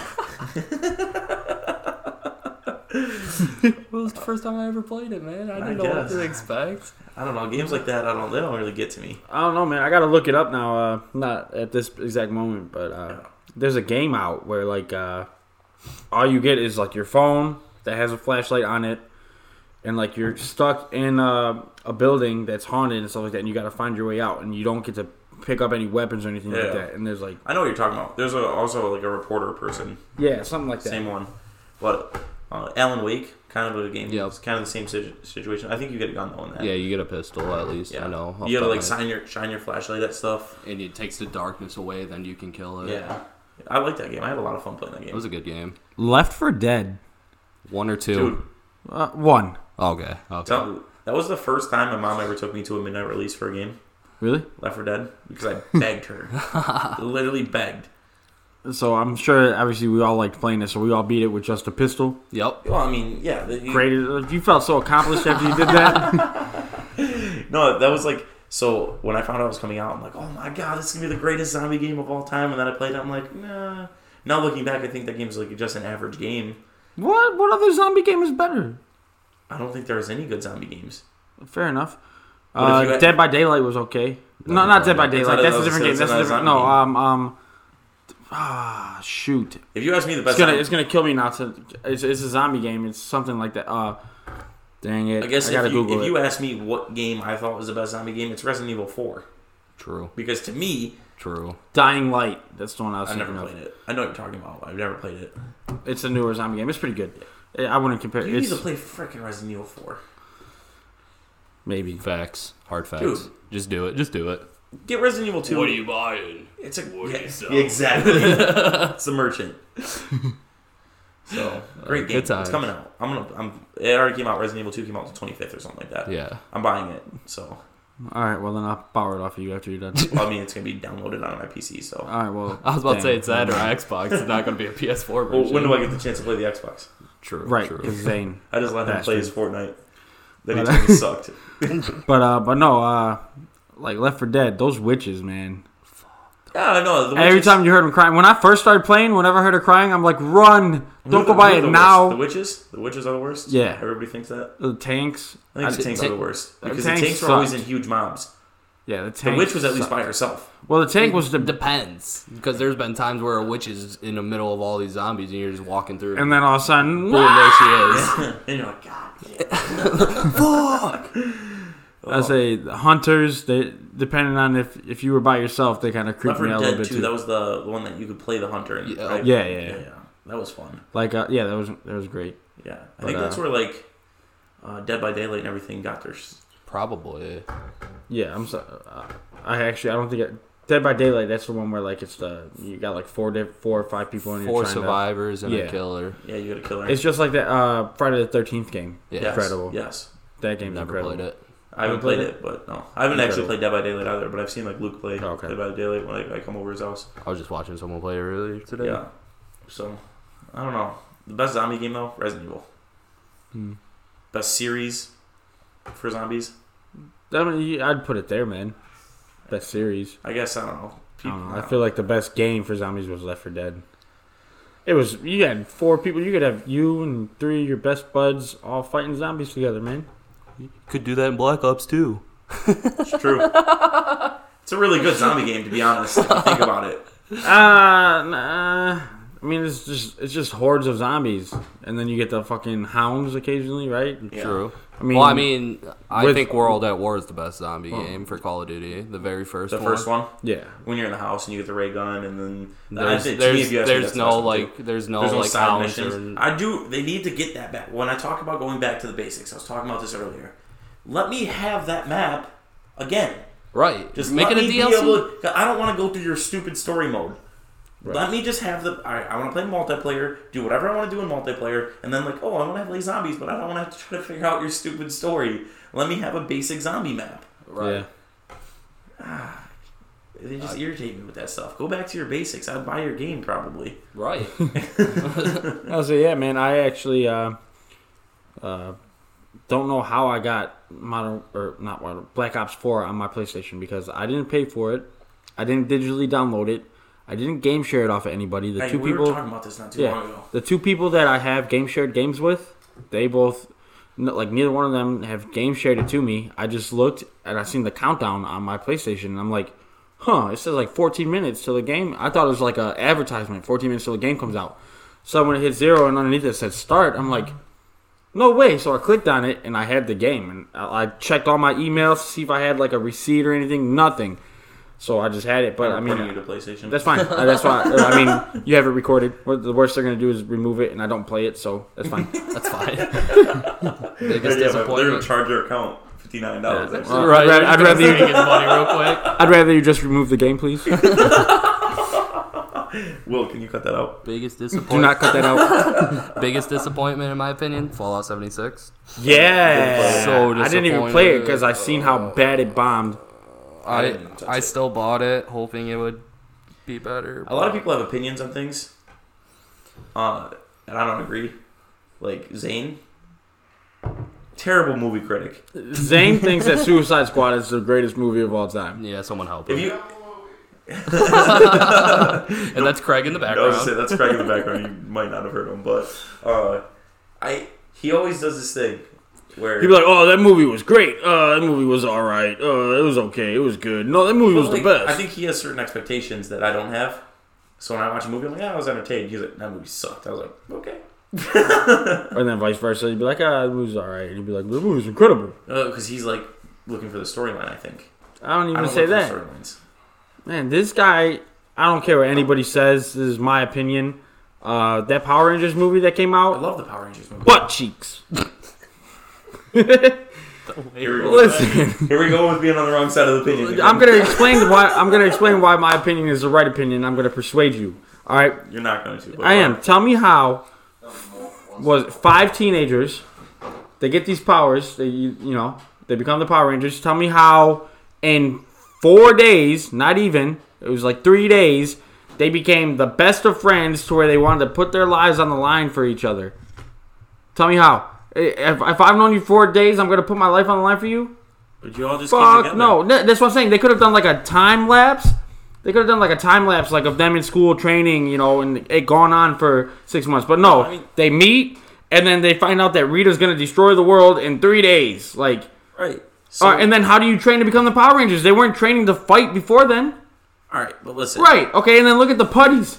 S1: pussy.
S3: it was the first time I ever played it, man. I
S1: I
S3: didn't know what
S1: guess.
S3: to expect.
S1: I don't know. Games like that, I don't. They don't really get to me.
S2: I don't know, man. I gotta look it up now. Uh, not at this exact moment, but uh, there's a game out where like uh, all you get is like your phone that has a flashlight on it, and like you're stuck in uh, a building that's haunted and stuff like that, and you gotta find your way out, and you don't get to pick up any weapons or anything like
S1: Yeah.
S2: that. And there's like
S1: I know what you're talking about. There's a, also like a reporter person,
S2: yeah, something like that.
S1: same one, but uh, Alan Wake, kind of a game.
S3: Yeah.
S1: It's kind of the same situ- situation. I think you get a gun though in that.
S3: Yeah, you get a pistol at least.
S1: Yeah.
S3: I know.
S1: You gotta like sign your shine your flashlight at stuff.
S3: and it takes the darkness away. Then you can kill it.
S1: Yeah. I like that game. I had a lot of fun playing that game.
S3: it was a good game.
S2: Left for Dead.
S3: One or two.
S1: Dude,
S2: Uh, one.
S3: Okay. Okay.
S1: Tell- that was the first time my mom ever took me to a midnight release for a game,
S2: Really?
S1: Left 4 Dead, because I begged her. Literally begged.
S2: So I'm sure. Obviously, we all liked playing this, so we all beat it with just a pistol.
S3: Yep.
S1: Well, I mean, yeah. the- you-
S2: Great. uh, You felt so accomplished after you did that.
S1: No, that was like, so when I found out it was coming out, I'm like, oh my god, this is gonna be the greatest zombie game of all time. And then I played it, I'm like, nah. Now looking back, I think that game's like just an average game.
S2: What? What other zombie game is better?
S1: I don't think there's any good zombie games.
S2: Fair enough.
S1: What if
S2: Uh,
S1: you had-
S2: Dead by Daylight was okay.
S3: No,
S2: No, not
S3: it's
S2: Dead by
S3: not-
S1: it's
S2: Daylight.
S1: not
S2: That's
S1: a-
S2: a different
S1: it's-
S2: game.
S1: it's
S2: That's a
S1: not a zombie
S2: different. No,
S1: game.
S2: um, um, ah, shoot.
S1: If you ask me the best
S2: It's gonna,
S1: zombie-
S2: it's gonna kill me now. To, it's, it's a zombie game. It's something like that. Uh, Dang it!
S1: I guess
S2: gotta
S1: if, you,
S2: Google
S1: if
S2: it.
S1: you ask me what game I thought was the best zombie game, it's Resident Evil 4.
S3: True.
S1: Because to me,
S3: True.
S2: Dying Light. That's the one I was
S1: I've
S2: thinking
S1: never
S2: of.
S1: played it. I know what you're talking about. I've never played it.
S2: It's a newer zombie game. It's pretty good. Eh, I wouldn't compare.
S1: You
S2: It's
S1: need to play freaking Resident Evil 4.
S2: maybe.
S3: Facts. Hard facts.
S1: Dude.
S3: Just do it. Just do it.
S1: Get Resident Evil 2.
S3: buying?
S1: It's a
S3: what do
S1: yeah,
S3: you sell?
S1: exactly. it's the merchant. So great
S3: Uh, good
S1: game.
S3: times.
S1: It's coming out. I'm gonna. I'm. It already came out. Resident Evil 2 came out the 25th or something like that.
S3: Yeah.
S1: I'm buying it. So
S2: All right. Well, then I'll borrow it off of you after you're done.
S1: well, I mean, it's gonna be downloaded on my PC. So
S2: All right. Well,
S3: I was about to say
S2: dang.
S3: it's that or Xbox. It's not going to be a PS4 version.
S1: well, when do I get the chance to play the Xbox?
S3: True.
S2: Right,
S3: True.
S2: it's Zane.
S1: I just let him play
S2: Bastard.
S1: his Fortnite. Then he
S2: But-
S1: told me it sucked.
S2: But uh, but no, uh, like Left for Dead, those witches, man.
S1: Yeah, no. The
S2: Every
S1: witches-
S2: time you heard them crying, when I first started playing, whenever I heard her crying, I'm like, run!
S1: who
S2: Don't
S1: the-
S2: go by
S1: who are
S2: it
S1: the
S2: now.
S1: worst? The witches. The witches are the worst.
S2: Yeah.
S1: Everybody thinks that.
S2: The tanks.
S1: I think
S2: I-
S1: the tanks are the worst
S2: the
S1: because Uh, the
S2: tanks
S1: tanks were always in
S2: sucked.
S1: huge mobs.
S2: Yeah, the
S1: The
S2: tanks.
S1: witch was at least
S2: suck.
S1: by herself.
S2: Well, the tank was the.
S3: Depends, because there's been times where a witch is in the middle of all these zombies and you're just walking through,
S2: and then all of a sudden,
S3: boom, there she is.
S1: and you're like, God. Oh,
S2: I say the hunters. They depending on if if you were by yourself, they kind of creeped
S1: Left
S2: me
S1: 4
S2: out a little
S1: Dead
S2: bit
S1: 2,
S2: too.
S1: that was the the one that you could play the hunter in.
S3: Yeah.
S1: right?
S2: Yeah, yeah, yeah.
S1: That was fun.
S2: like uh, yeah, that was that was great.
S1: Yeah. I
S2: But,
S1: think
S2: uh,
S1: that's where, like, uh, Dead by Daylight and everything got their. s-
S3: Probably.
S2: Yeah, I'm sorry. Uh, I actually I don't think it, Dead by Daylight. That's the one where like it's the you got like four diff, four or five people and you're
S3: Four
S2: trying to-
S3: survivors and a
S2: Yeah.
S3: killer.
S1: Yeah, you got to kill her.
S2: It's just like that uh, Friday the Thirteenth game.
S3: Yeah.
S1: yes.
S2: incredible.
S1: Yes.
S2: That game's
S3: Never
S2: incredible.
S3: played it.
S1: I haven't played it, but no. I haven't actually
S2: Incredible.
S1: played Dead by Daylight either, but I've seen, like, Luke play
S2: Oh, okay.
S1: Dead by Daylight when I, I come over his house.
S3: I was just watching someone play it earlier today.
S1: Yeah. So, I don't know. The best zombie game, though, Resident Evil.
S2: Hmm.
S1: Best series for zombies.
S2: I mean, you- I'd put it there, man. Best series.
S1: I guess, I don't know.
S2: I,
S1: People,
S2: don't know. I feel like the best game for zombies was Left 4 Dead. It was you had four people. You could have you and three of your best buds all fighting zombies together, man.
S3: Could do that in Black Ops too.
S1: It's true. it's a really good zombie game, to be honest. If you think about it.
S3: Uh,
S2: Ah, nah. I mean, it's just it's just hordes of zombies, and then you get the fucking hounds occasionally, right?
S1: Yeah.
S3: True.
S2: I mean,
S3: well, I mean, I
S2: with-
S3: think World at War is the best zombie
S2: Well-
S3: game for Call of Duty. The very first
S1: The
S3: one.
S1: first one,
S2: yeah,
S1: when you're in the house and you get the ray gun, and then
S3: There's,
S1: I think- to me,
S3: there's,
S1: if you ask me, that's
S3: there's
S1: the
S3: no
S1: best one, too.
S3: like there's no
S1: There's no
S3: like
S1: side
S3: hounds
S1: missions.
S3: or
S1: I do. They need to get that back. When I talk about going back to the basics, I was talking about this earlier. Let me have that map again.
S3: right.
S1: Just
S3: make
S1: let
S3: it a
S1: me be
S3: DLC.
S1: able to- 'cause I don't want to go through your stupid story mode.
S2: Right.
S1: Let me just have the. All right, I want to play multiplayer. Do whatever I want to do in multiplayer, and then like, oh, I want to play zombies, but I don't want to have to try to figure out your stupid story. Let me have a basic zombie map.
S3: right.
S2: yeah.
S1: They
S2: Uh,
S1: just irritate me with that stuff. Go back to your basics. I'd buy your game probably.
S3: Right.
S2: I was like, yeah, man. I actually uh, uh, don't know how I got modern or not modern Black Ops Four on my PlayStation because I didn't pay for it, I didn't digitally download it, I didn't game share it off of anybody. The
S1: Hey,
S2: two
S1: we
S2: people,
S1: were talking about this not too
S2: yeah.
S1: long ago.
S2: the two people that I have game shared games with, they both no, like neither one of them have game shared it to me. I just looked and I seen the countdown on my PlayStation and I'm like, huh, it says like 14 minutes till the game. I thought it was like a advertisement, 14 minutes till the game comes out. So when it hit zero and underneath it said start, I'm like, no way. So I clicked on it and I had the game and I, I checked all my emails to see if I had like a receipt or anything. Nothing. So I just had it, but I mean,
S1: Reporting you to PlayStation.
S2: that's fine. Uh, That's why. I mean, you have it recorded. What- The worst they're gonna do is remove it, and I don't play it, so that's fine.
S3: That's fine.
S1: Yeah,
S3: Biggest
S1: yeah, but they're gonna
S3: disappointment.
S1: charge your account fifty nine dollars.
S2: Yeah.
S1: Yeah,
S2: Well,
S3: Right.
S2: I'd
S3: I'd
S2: rather
S3: rather
S2: you-
S3: get the money real quick.
S2: I'd rather you just remove the game, please. Do
S1: Will, can you cut that out?
S3: Biggest
S2: not
S3: disappointment.
S2: cut that out.
S3: Biggest disappointment in my opinion. Fallout 76.
S2: Yeah,
S3: So
S2: I didn't even play it
S3: disappointed.
S2: because I seen how bad it bombed.
S1: I
S3: I
S1: didn't touch
S3: I
S1: it.
S3: still bought it, hoping it would be better.
S1: A lot of people have opinions on things, uh, and I don't agree. Like Zane, terrible movie critic.
S2: Zane thinks that Suicide Squad is the greatest movie of all time.
S3: Yeah, someone help
S1: If
S3: him.
S1: you,
S3: and that's Craig in the
S1: I was gonna
S3: background.
S1: say that's Craig in the background. You might not have heard him, but uh, I he always does this thing where
S2: He'd be like, "Oh, that movie was great. Uh, that movie was all right. Uh, it was okay. It was good. No, that movie was the
S1: Like,
S2: best."
S1: I think he has certain expectations that I don't have. So when I watch a movie, I'm like, yeah, I was entertained. He's like, that movie sucked. I was like, okay.
S2: and then vice versa. You'd be like, ah, the movie's all right. And you'd be like, the movie's incredible.
S1: Uh,
S4: Because he's like looking for the storyline. I think.
S2: I don't even
S4: I don't
S2: say
S4: look for
S2: that.
S4: storylines.
S2: Man, this guy, I don't care what anybody says. This is my opinion. Uh, that Power Rangers movie that came
S4: I
S2: out,
S4: love the Power Rangers movie.
S2: butt cheeks.
S1: Here we go.
S2: Listen,
S1: Here we go with being on the wrong side of the opinion. again.
S2: I'm gonna explain why. I'm gonna explain why my opinion is the right opinion. I'm gonna persuade you. All right,
S1: You're not going to. but-
S2: I am. Tell me how was it five teenagers? They get these powers. They you, you know they become the Power Rangers. Tell me how in four days, not even it was like three days, they became the best of friends to where they wanted to put their lives on the line for each other. Tell me how. If, if I've known you four days, I'm gonna put my life on the line for you.
S1: But you all just came
S2: Fuck
S1: together.
S2: no! Th- That's what I'm saying. They could have done like a time lapse. They could have done like a time lapse, like of them in school training, you know, and it gone on for six months. But no,
S1: I mean-
S2: they meet and then they find out that Rita's gonna destroy the world in three days. Like,
S1: Right. So,
S2: all right, and then how do you train to become the Power Rangers? They weren't training to fight before then,
S1: all right, but listen.
S2: right? Okay, and then look at the putties.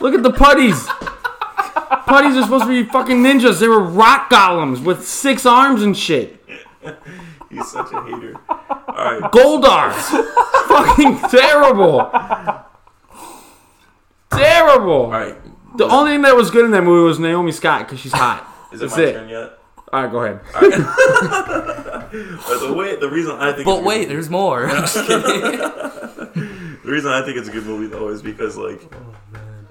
S2: Look at the putties. putties are supposed to be fucking ninjas. They were rock golems with six arms and shit.
S1: He's such a hater. All right.
S2: Goldar. fucking terrible. terrible.
S1: All right.
S2: The only thing that was good in that movie was Naomi Scott because she's hot.
S1: Is it
S2: That's
S1: my
S2: it.
S1: turn yet?
S2: All right, go ahead.
S1: But the way, the reason I think. it's a
S3: But wait,
S1: good,
S3: there's more. I'm just kidding.
S1: the reason I think it's a good movie though is because like,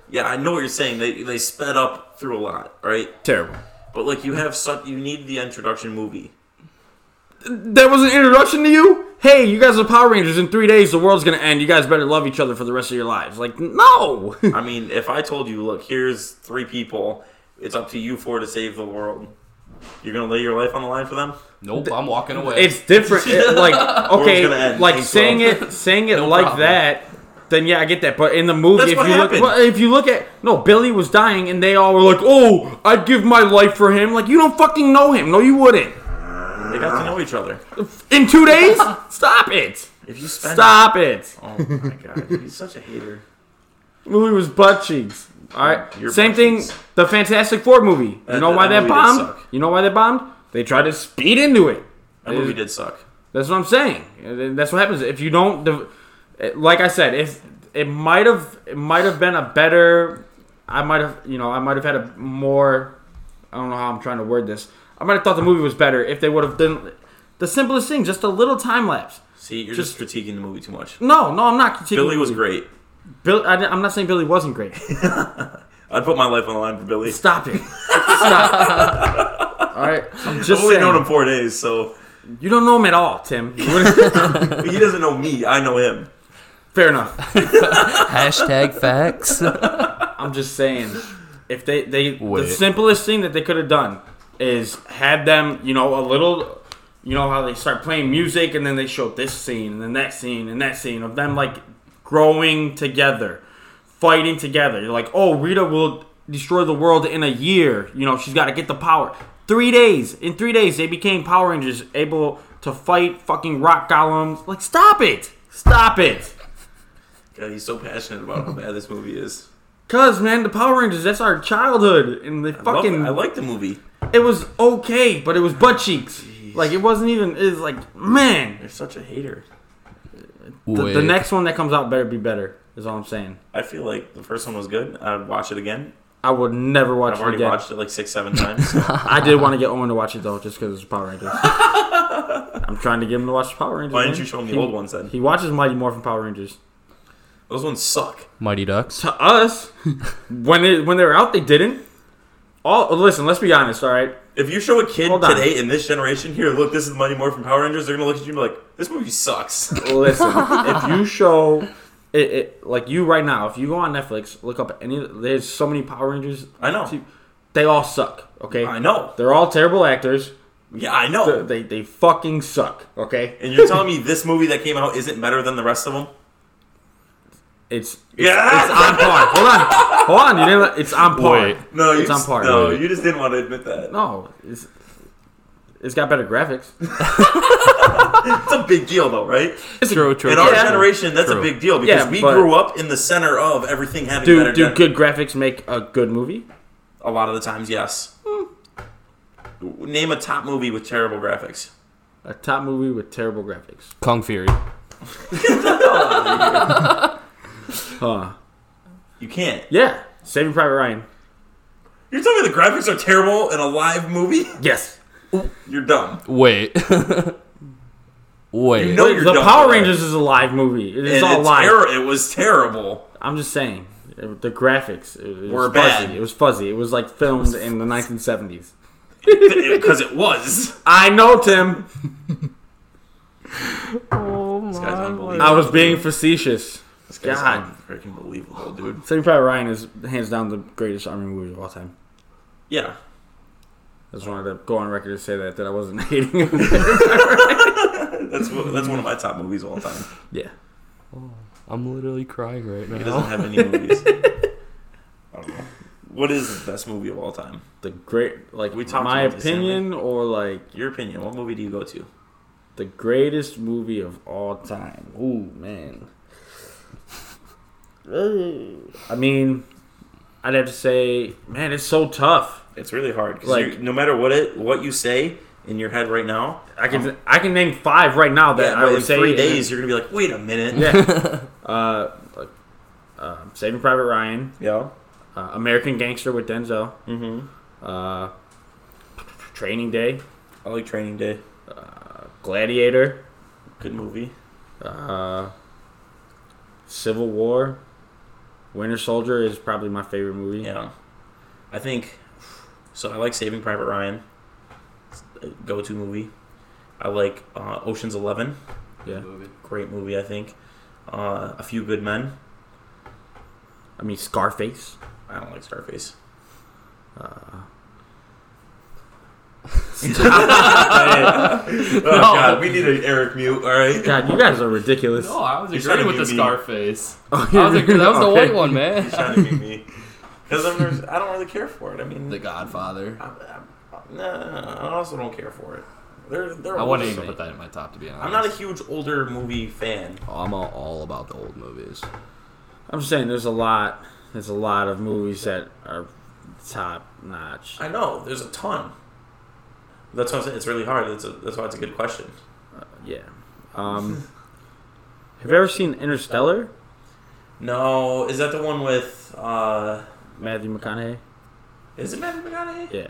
S1: yeah, I know what you're saying. They they sped up through a lot, right?
S2: Terrible.
S1: But like, you have such you need the introduction movie.
S2: That was an introduction to you. Hey, you guys are Power Rangers. In three days, the world's gonna end. You guys better love each other for the rest of your lives. Like, no.
S1: I mean, if I told you, look, here's three people, it's up to you four to save the world. You're gonna lay your life on the line for them.
S3: nope, I'm walking away.
S2: it's different. It- like,
S1: gonna
S2: okay,
S1: end.
S2: like
S1: Thanks,
S2: saying
S1: bro.
S2: it, saying it
S3: No
S2: like
S3: problem.
S2: that. Then yeah, I get that. But in the movie,
S1: That's
S2: if
S1: what
S2: you
S1: happened.
S2: look, well, if you look at no, Billy was dying, and they all were like, "Oh, I'd give my life for him." Like, you don't fucking know him. No, you wouldn't.
S1: They got to know each other.
S2: In two days? Stop it!
S1: If you spend
S2: Stop it!
S1: Oh my god, he's such a hater.
S2: Movie was butt cheeks. All right.
S1: Your
S2: Same
S1: butt
S2: thing.
S1: cheeks.
S2: The Fantastic Four movie. You
S1: That-
S2: know why
S1: that
S2: that
S1: movie did
S2: bombed?
S1: suck.
S2: You know why that bombed? They tried to speed into it.
S1: That movie did suck.
S2: That's what I'm saying. And That's what happens if you don't. dev- Like I said, if it might have, it might have been a better. I might have, you know, I might have had a more. I don't know how I'm trying to word this. I might have thought the movie was better if they would have done the simplest thing, just a little time lapse.
S1: See, you're just, critiquing the movie too much.
S2: No, no, I'm not. critiquing
S1: Billy
S2: the
S1: was
S2: movie.
S1: great.
S2: Bill, I, am not saying Billy wasn't great.
S1: I'd put my life on the line for Billy.
S2: Stop it. Stop. All right. I'm
S1: I've
S2: just
S1: only
S2: saying.
S1: known him four days, so
S2: You don't know him at all, Tim. You wouldn't-
S1: he doesn't know me. I know him.
S2: Fair enough.
S3: Hashtag facts.
S2: I'm just saying. If they they
S3: Wait.
S2: the simplest thing that they could have done is had them, you know, a little. You know how they start playing music and then they show this scene and then that scene and that scene of them like growing together, fighting together. You're like, oh, Rita will destroy the world in a year. You know, she's got to get the power. Three days. In three days, they became Power Rangers, able to fight fucking rock golems. Like, stop it. Stop it.
S1: God, he's so passionate about how bad this movie is.
S2: Cause man, the Power Rangers, that's our childhood, and they
S1: I love it.
S2: fucking
S1: I like the movie.
S2: it was okay, but it was butt cheeks. Like it wasn't even. It's like man,
S1: You're such a hater.
S2: the,
S3: Wait.
S2: the next one that comes out better be better. Is all I'm saying.
S1: I feel like the first one was good. I'd watch it again.
S2: I would never watch
S1: I've
S2: it
S1: already
S2: again.
S1: watched it like six, seven times.
S2: I did want to get Owen to watch it though, just because it's Power Rangers. I'm trying to get him to watch the Power Rangers.
S1: Why didn't
S2: man.
S1: you show him the
S2: He-
S1: old ones then?
S2: He watches Mighty Morphin Power Rangers.
S1: Those ones suck.
S3: Mighty Ducks.
S2: To us, when they when they were out, they didn't. All listen, let's be honest. All right,
S1: If you show a kid
S2: Hold on.
S1: today in this generation, here, look, this is Mighty Morphin Power Rangers, they're gonna look at you and be like, this movie sucks.
S2: Listen, if you show it, it like you right now, if you go on Netflix, look up any. There's so many Power Rangers.
S1: I know.
S2: They all suck. Okay,
S1: I know.
S2: they're all terrible actors.
S1: Yeah, I know.
S2: They they, they fucking suck. Okay,
S1: And you're telling me this movie that came out isn't better than the rest of them?
S2: it's
S1: Yeah.
S2: it's on par. Hold on, hold on. You didn't. let- It's on par.
S3: Wait.
S1: no, you
S2: It's on
S1: just,
S2: par,
S1: No,
S3: dude.
S1: you just didn't want to admit that.
S2: No, it's it's got better graphics.
S1: That's a big deal, though, right?
S2: It's a-
S3: True, true.
S1: In our
S2: Yeah.
S1: generation, that's a
S3: True.
S1: big deal because
S2: Yeah,
S1: we
S2: but-
S1: grew up in the center of everything having better.
S2: Do do
S1: than-
S2: good graphics make a good movie?
S1: Oh, a lot of the times, yes. Name a top movie with terrible graphics.
S2: A top movie with terrible graphics.
S3: Kung Fury.
S2: Huh.
S1: You can't.
S2: Yeah. Saving Private Ryan.
S1: You're telling me the graphics are terrible in a live movie?
S2: Yes.
S1: You're dumb.
S3: Wait. Wait.
S1: You know- No, you're
S2: the
S1: dumb
S2: Power
S1: for that.
S2: Rangers is a live movie. It is
S1: And
S2: all
S1: it's
S2: live.
S1: ter- it was terrible.
S2: I'm just saying. It- The graphics it, it
S1: Were
S2: was fuzzy.
S1: bad.
S2: It was fuzzy. It was like filmed in the 1970s.
S1: Because it was.
S2: I know, Tim.
S1: This guy's unbelievable.
S2: I was being facetious.
S1: This guy's
S2: God.
S1: freaking believable, dude.
S2: Saving Private Ryan is hands down the greatest army movie of all time.
S1: Yeah.
S2: I just wanted to go on record to say that that I wasn't hating. it.
S1: That's wha- that's one of my top movies of all time.
S2: yeah.
S3: I'm literally crying right
S1: He
S3: now.
S1: doesn't have any movies. I don't know. What is the best movie of all time?
S2: The great, like
S1: We talked
S2: my
S1: about this, didn't we?
S2: opinion, or like
S1: Your opinion. What movie do you go to?
S2: the greatest movie of all time. Ooh man. I mean, I'd have to say, man, it's so tough.
S1: It's really hard. 'cause
S2: Like-
S1: you- no matter what it what you say in your head right now,
S2: I can I can name five right now that
S1: yeah,
S2: I
S1: but
S2: would
S1: in
S2: say
S1: three
S2: and-
S1: days you're gonna be like, wait a minute.
S2: Yeah. uh, like, uh, Saving Private Ryan,
S1: Yeah.
S2: uh, American Gangster with Denzel,
S1: Mm-hmm.
S2: uh, Training Day,
S1: I like Training Day.
S2: Gladiator,
S1: Good movie.
S2: uh, Civil War, Winter Soldier is probably my favorite movie.
S1: Yeah. I think so. I like Saving Private Ryan. It's a Go-to movie. I like uh, Ocean's Eleven.
S2: Yeah.
S1: Great movie, I think. Uh, a Few Good Men.
S2: I mean Scarface.
S1: I don't like Scarface.
S2: Uh,
S1: Oh God, we need an Eric mute. All right.
S2: God, you guys are ridiculous.
S3: No, I was
S1: You're
S3: agreeing
S1: trying
S3: with
S1: to
S3: the
S1: be mean.
S3: Scarface.
S2: Oh,
S3: I was agreeing. That was the
S2: okay.
S3: white one, man.
S1: He's trying to mute me because I don't really care for it. I mean,
S3: the Godfather.
S1: I'm, I'm, no, no, no, I also don't care for it. They're, they're
S3: I
S1: older
S3: wouldn't even
S1: than
S3: put
S1: me.
S3: that in my top, to be honest.
S1: I'm not a huge older movie fan.
S3: Oh, I'm all, all about the old movies.
S2: I'm just saying there's a lot. There's a lot of movies that are top notch.
S1: I know there's a ton. That's why I'm saying it's really hard. That's a, that's why it's a good question.
S2: Yeah. Um, have you ever seen Interstellar?
S1: No, is that the one with? uh
S2: Matthew McConaughey.
S1: Is it Matthew McConaughey?
S2: Yeah.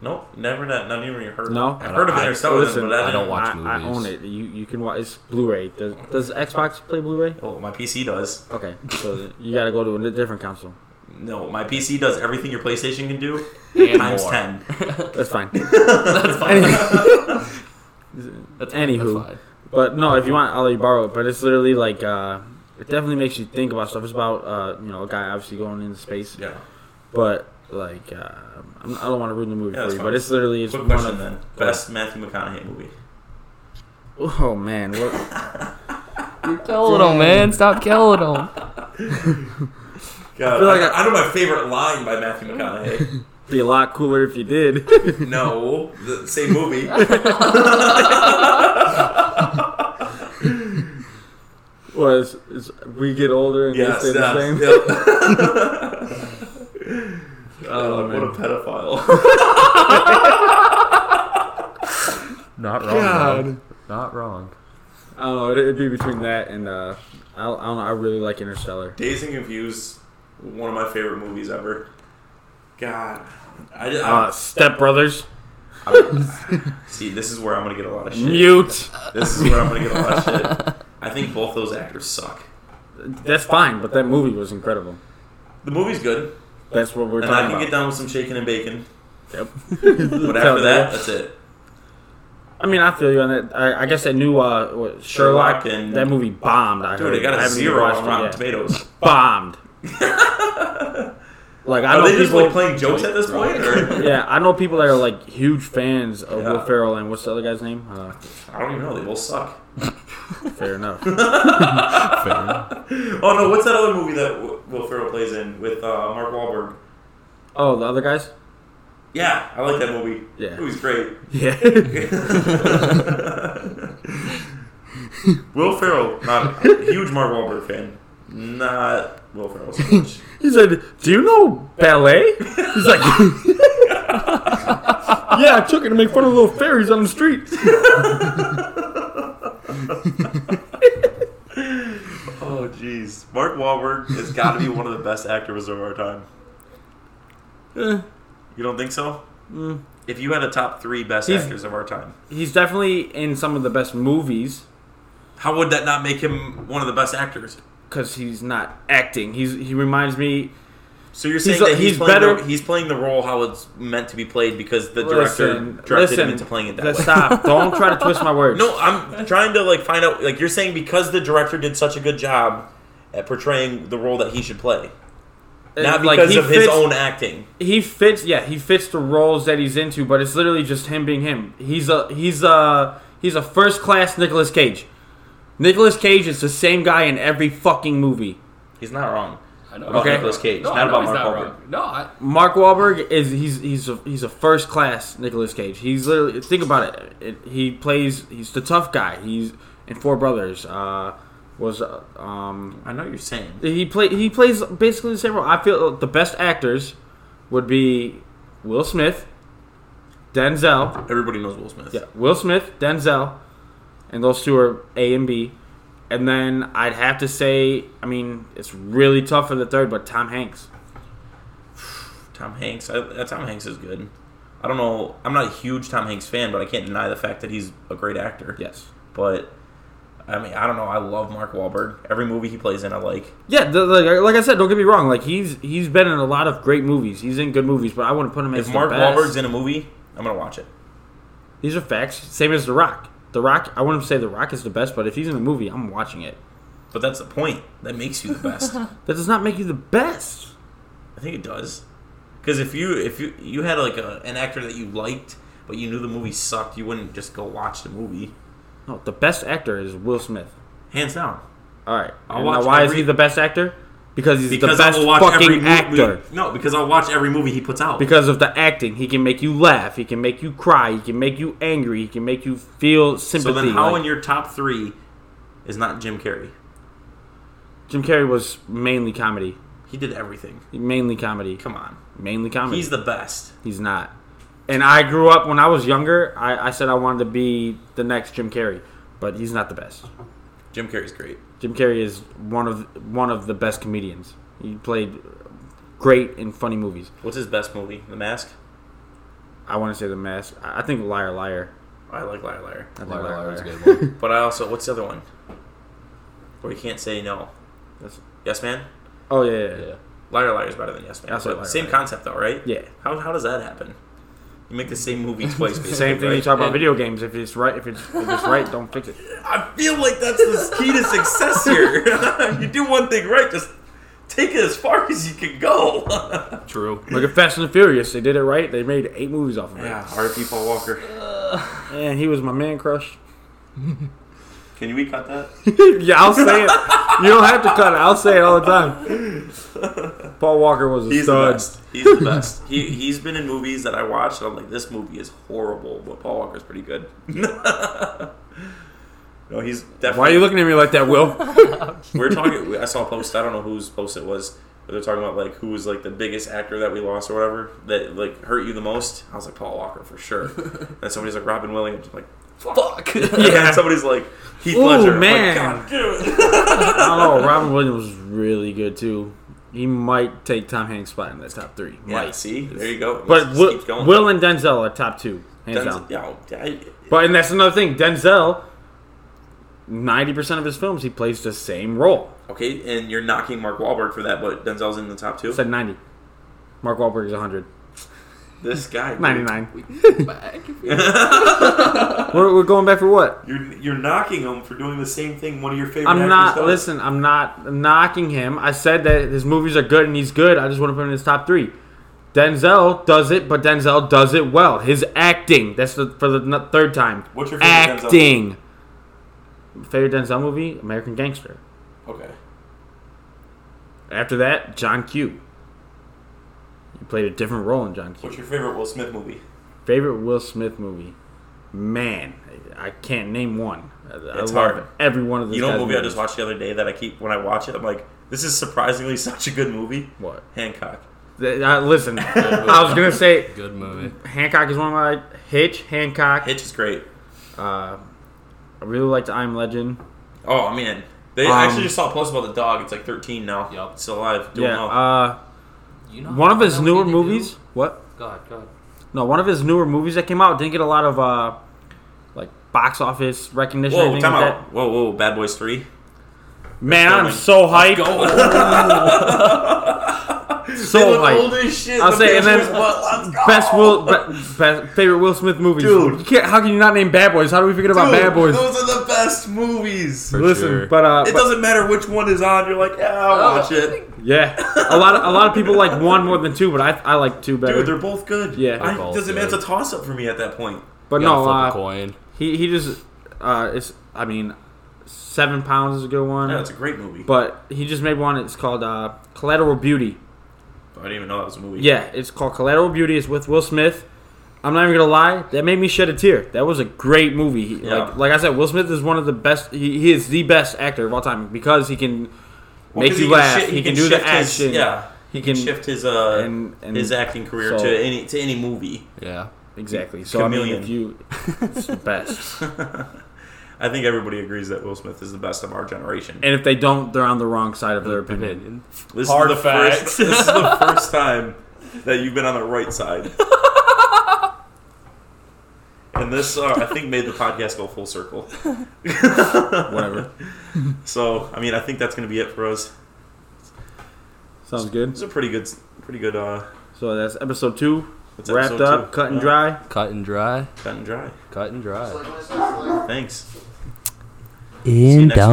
S1: Nope, never. Not, not even heard.
S2: No?
S1: I've heard of
S3: I-
S1: Interstellar,
S2: listen,
S1: but I,
S3: I don't
S1: don't.
S3: watch
S2: I, I
S3: movies.
S2: own it. You you can watch. It's Blu-ray. Does, does Xbox play Blu-ray?
S1: Oh, my PC does.
S2: Okay, so you got to go to a different console.
S1: No, my PC does everything your PlayStation can do
S3: And
S1: times
S3: more.
S1: ten.
S2: That's fine.
S3: That's fine. That's fine.
S2: Anywho.
S3: That's fine.
S2: But no, if you want, I'll let you borrow it. But it's literally like uh, it definitely makes you think about stuff. It's about uh, you know a guy obviously going into space,
S1: Yeah.
S2: but like uh, I'm- I don't want to ruin the movie
S1: Yeah,
S2: for
S1: that's
S2: you.
S1: fine.
S2: But it's literally it's
S1: Quick
S2: one
S1: question
S2: of
S1: then. Best Matthew McConaughey movie.
S2: oh man, what,
S3: You're killing him, man. Stop killing him.
S1: God, I,
S2: feel like
S1: I know my favorite line by Matthew McConaughey.
S2: be a lot cooler if you did.
S1: no, the same movie.
S2: Was is we get older and
S1: yes,
S2: they stay the
S1: yes,
S2: same?
S1: yep.
S2: Oh,
S1: God, what a pedophile.
S2: man.
S3: Not wrong.
S2: God.
S3: though. Not wrong.
S2: I don't know. It'd, it'd be between that and uh, I, don't- I don't know. I really like Interstellar.
S1: Days and Confused, one of my favorite movies ever. God, I, just,
S2: Uh, Step Brothers,
S1: see. This is where I'm gonna get a lot of shit.
S2: mute.
S1: This is where I'm gonna get a lot of shit. I think both those actors suck.
S2: That's fine, but that movie was incredible.
S1: The movie's good,
S2: That's what we're
S1: and I
S2: talking
S1: can
S2: about.
S1: get down with some chicken and bacon.
S2: Yep.
S1: But
S2: Tell
S1: after
S2: me.
S1: that, that's it.
S2: I mean, I feel you on that. I, I guess that new uh, what, Sherlock,
S1: Sherlock and-
S2: that movie bombed. I
S1: Dude,
S2: heard.
S1: it got
S2: I
S1: a
S2: haven't even
S1: zero
S2: watched
S1: on
S2: it
S1: Rotten
S2: yet.
S1: Tomatoes.
S2: Bombed. like
S1: Are
S2: I know
S1: they just
S2: people.
S1: like playing jokes at this point? Or?
S2: yeah, I know people that are like huge fans of Will
S1: Yeah.
S2: Ferrell and what's the other guy's name? Uh,
S1: I don't even know. They both suck.
S2: fair enough.
S1: Oh no, what's that other movie that W- Will Ferrell plays in with uh, Mark Wahlberg?
S2: Oh, the other guys?
S1: Yeah, I like that movie.
S2: Yeah.
S1: it was great.
S2: Yeah.
S1: Will Ferrell, not a huge Mark Wahlberg fan. Not Will Ferrell's coach.
S2: He said, "Do you know ballet?" He's like, "Yeah, I took it to make fun of little fairies on the street."
S1: oh, jeez. Mark Wahlberg has got to be one of the best actors of our time.
S2: Eh,
S1: You don't think so?
S2: mm.
S1: If you had a top three best
S2: He's-
S1: actors of our time,
S2: He's definitely in some of the best movies
S1: how would that not make him one of the best actors?
S2: because he's not acting. He's he reminds me.
S1: So you're
S2: He's
S1: saying
S2: a-
S1: that he's,
S2: he's
S1: playing
S2: better-
S1: The, he's playing the role how it's meant to be played because the director
S2: Listen,
S1: directed
S2: listen,
S1: him into playing it that
S2: let's
S1: way.
S2: Stop! Don't try to twist my words.
S1: No, I'm trying to like find out. Like you're saying because the director did such a good job at portraying the role that he should play,
S2: And,
S1: not
S2: Uh, like,
S1: because
S2: he
S1: of his
S2: fits-
S1: own acting.
S2: he fits yeah he fits the roles that he's into but it's literally just him being him he's a he's a he's a first class Nicolas Cage Nicolas Cage is the same guy in every fucking movie
S1: He's not wrong.
S3: I know.
S1: About
S2: Okay.
S1: Nicolas Cage,
S3: No,
S1: not
S3: I know
S1: about
S3: he's
S1: Mark
S3: not
S1: Wahlberg.
S3: wrong. No, I,
S2: Mark Wahlberg is he's he's a, he's a first class Nicolas Cage he's literally think about it. it he plays he's the tough guy he's in Four Brothers uh was uh, um
S1: I know you're saying.
S2: He play he plays basically the same role. I feel uh, the best actors would be Will Smith, Denzel.
S1: Everybody knows Will Smith.
S2: Yeah, Will Smith, Denzel, and those two are A and B. And then I'd have to say, I mean, it's really tough for the third, but Tom Hanks.
S1: Tom Hanks. I, uh, Tom Hanks is good. I don't know. I'm not a huge Tom Hanks fan, but I can't deny the fact that he's a great actor.
S2: Yes.
S1: But I mean, I don't know. I love Mark Wahlberg. Every movie he plays in, I like.
S2: Yeah, the, the, like I said, don't get me wrong. Like he's he's been in a lot of great movies. He's in good movies, but I wouldn't put him as
S1: if Mark
S2: the best.
S1: Wahlberg's in a movie, I'm gonna watch it.
S2: These are facts. Same as The Rock. The Rock. I wouldn't say The Rock is the best, but if he's in a movie, I'm watching it.
S1: But that's the point. That makes you the best.
S2: That does not make you the best.
S1: I think it does. Because if you if you you had like a, an actor that you liked, but you knew the movie sucked, you wouldn't just go watch the movie.
S2: No, the best actor is Will Smith.
S1: Hands down.
S2: All right.
S1: I'll
S2: And
S1: watch
S2: now why is
S1: every-
S2: he the best actor? Because he's
S1: Because
S2: the
S1: I
S2: best
S1: will watch every
S2: fucking
S1: movie.
S2: actor.
S1: No, because I'll watch every movie he puts out.
S2: Because of the acting, he can make you laugh. He can make you cry. He can make you angry. He can make you feel
S1: so
S2: sympathy.
S1: then, how
S2: Like,
S1: in your top three is not Jim Carrey?
S2: Jim Carrey was mainly comedy.
S1: He did everything.
S2: Mainly comedy.
S1: Come on,
S2: Mainly comedy.
S1: he's the best.
S2: He's not. And I grew up when I was younger. I, I said I wanted to be the next Jim Carrey, but he's not the best.
S1: Jim Carrey's great.
S2: Jim Carrey is one of one of the best comedians. He played great in funny movies.
S1: What's his best movie? The Mask.
S2: I want to say The Mask. I I think Liar Liar.
S1: I like Liar Liar.
S2: I think
S3: Liar, Liar is a good one.
S1: But I also what's the other one? Where you can't say no.
S2: That's-
S1: Yes, man.
S2: Oh yeah, yeah, yeah.
S3: Yeah.
S1: Liar Liar is better than Yes Man.
S2: That's what
S1: But
S2: Liar
S1: same
S2: Liar-
S1: concept though, right?
S2: Yeah.
S1: How, how does that happen? You make the same movie twice. Basically,
S2: Same thing you
S1: right?
S2: talk about
S3: And-
S2: video games. If it's right, if it's if it's right, don't fix it.
S1: I feel like that's the key to success here. you do one thing right, just take it as far as you can go.
S3: True.
S2: Look at Fast and the Furious. They did it right. They made eight movies off of it.
S1: yeah, R.P. Paul Walker.
S2: And he was my man crush.
S1: Can we cut that?
S2: yeah, I'll say it. You don't have to cut it. I'll say it all the time. Paul Walker was a
S1: He's the
S2: stud.
S1: best. He's the best. he he's been in movies that I watched, and I'm like, this movie is horrible, but Paul Walker's pretty good. no, he's definitely.
S2: Why are you looking at me like that, Will?
S1: We We're talking. I saw a post. I don't know whose post it was. But they're talking about like who was like the biggest actor that we lost or whatever that like hurt you the most. I was like Paul Walker for sure. and somebody's like Robin Williams. I'm like
S3: Fuck.
S1: yeah. And somebody's like Heath
S2: Ooh,
S1: Ledger. I'm
S2: man.
S1: Like, God, damn it.
S2: I don't know. Robin Williams was really good too. He might take Tom Hanks' spot in that top three.
S1: yeah.
S2: Might.
S1: See, there you go.
S2: But
S1: Just
S2: Will,
S1: keeps going.
S2: Will and Denzel are top two, hands down.
S1: Denzel, yeah, I,
S2: But and that's another thing. Denzel, ninety percent of his films, he plays the same role.
S1: okay, and you're knocking Mark Wahlberg for that, but Denzel's in the top two.
S2: I said ninety. Mark Wahlberg is hundred.
S1: This guy, dude.
S2: Ninety nine.
S3: Back.
S2: We're, we're going back for what?
S1: You're you're knocking him for doing the same thing. One of your favorite.
S2: I'm
S1: actors
S2: not.
S1: does.
S2: Listen, I'm not knocking him. I said that his movies are good and he's good. I just want to put him in his top three. Denzel does it, but Denzel does it well. His acting. That's the for the n- third time.
S1: What's your favorite Denzel
S2: acting? Favorite Denzel movie? American Gangster.
S1: Okay.
S2: After that, John Q. He played a different role in John Q.
S1: What's your favorite Will Smith movie?
S2: Favorite Will Smith movie? Man, I can't name one. I- I
S1: It's
S2: love
S1: hard.
S2: Every one of these.
S1: You know
S2: guys
S1: a movie I
S2: movies.
S1: just watched the other day that I keep when I watch it, I'm like, This is surprisingly such a good movie.
S2: What?
S1: Hancock.
S2: Th- uh, listen, I was gonna say
S3: Good movie.
S2: Hancock is one of my Hitch. Hancock.
S1: Hitch is great.
S2: Uh, I really liked I'm Legend.
S1: Oh man, they
S2: Um,
S1: actually just saw a post about the dog. It's like 13 now.
S3: Yup.
S1: It's still alive. Doing
S2: yeah.
S1: well.
S2: Uh,
S3: You know
S2: one of
S3: what
S2: his
S3: we
S2: newer
S3: need to do?
S2: movies. What?
S3: Go ahead, go ahead.
S2: No, one of his newer movies that came out didn't get a lot of uh, like box office recognition. or
S1: whoa,
S2: anything
S1: time
S2: like
S1: out. Whoa, whoa, Bad Boys Three.
S2: that. Man, I'm
S1: filming.
S2: so hyped.
S1: They
S2: so
S1: look
S2: hyped.
S1: old as shit.
S2: I'll
S1: The
S2: say, and then-
S1: pictures, what? Let's go.
S2: Best Will, be, best, favorite Will Smith movies.
S1: Dude.
S2: You can't- how can you not name Bad Boys? How do we forget about
S1: Dude,
S2: Bad Boys?
S1: Those are the best movies.
S3: For
S2: Listen,
S3: sure.
S2: but uh,
S1: It
S2: but-
S1: doesn't matter which one is on. You're like, yeah, I'll
S2: Oh,
S1: watch it.
S2: yeah, a lot of a lot of people like one more than two, but I I like two better.
S1: Dude, they're both good.
S2: Yeah.
S1: I,
S3: They're both
S1: doesn't matter. It's
S3: good.
S1: a toss up for me at that point.
S2: but
S3: Gotta
S2: no,
S3: flip
S2: uh,
S3: a coin.
S2: He he just uh it's I mean seven pounds is a good one.
S1: Yeah, it's a great movie.
S2: but he just made one it's called uh Collateral Beauty.
S1: I didn't even know that was a movie.
S2: Yeah, it's called Collateral Beauty, it's with Will Smith. I'm not even gonna lie, that made me shed a tear. That was a great movie. He-
S1: Yeah.
S2: Like like I said, Will Smith is one of the best he, he is the best actor of all time because he can
S1: Well,
S2: make
S1: 'cause
S2: you
S1: he can
S2: laugh,
S1: shi-
S2: he, can, do the
S1: shift his-
S2: action.
S1: yeah,
S2: He
S1: he
S2: can
S1: can shift his uh
S2: and- and-
S1: his acting career
S2: so-
S1: to any to any movie.
S3: Yeah.
S2: exactly. So I mean,
S1: chameleon.
S2: if you it's the best.
S1: I think everybody agrees that Will Smith is the best of our generation.
S2: and if they don't, they're on the wrong side of their opinion.
S3: Opinion.
S1: This
S3: Hard
S1: is the
S3: facts.
S1: first. This is the first time that you've been on the right side. And this, uh, I think, made the podcast go full circle.
S2: Whatever.
S1: So, I mean, I think that's going to be it for us.
S2: Sounds good.
S1: It's a pretty good, pretty good. Uh,
S2: So that's episode two.
S1: That's
S2: wrapped
S1: episode
S2: up,
S1: two.
S2: cut and
S1: Yeah.
S2: dry.
S3: Cut and dry.
S1: cut and dry.
S3: Cut and dry.
S1: Thanks.
S3: In
S1: next down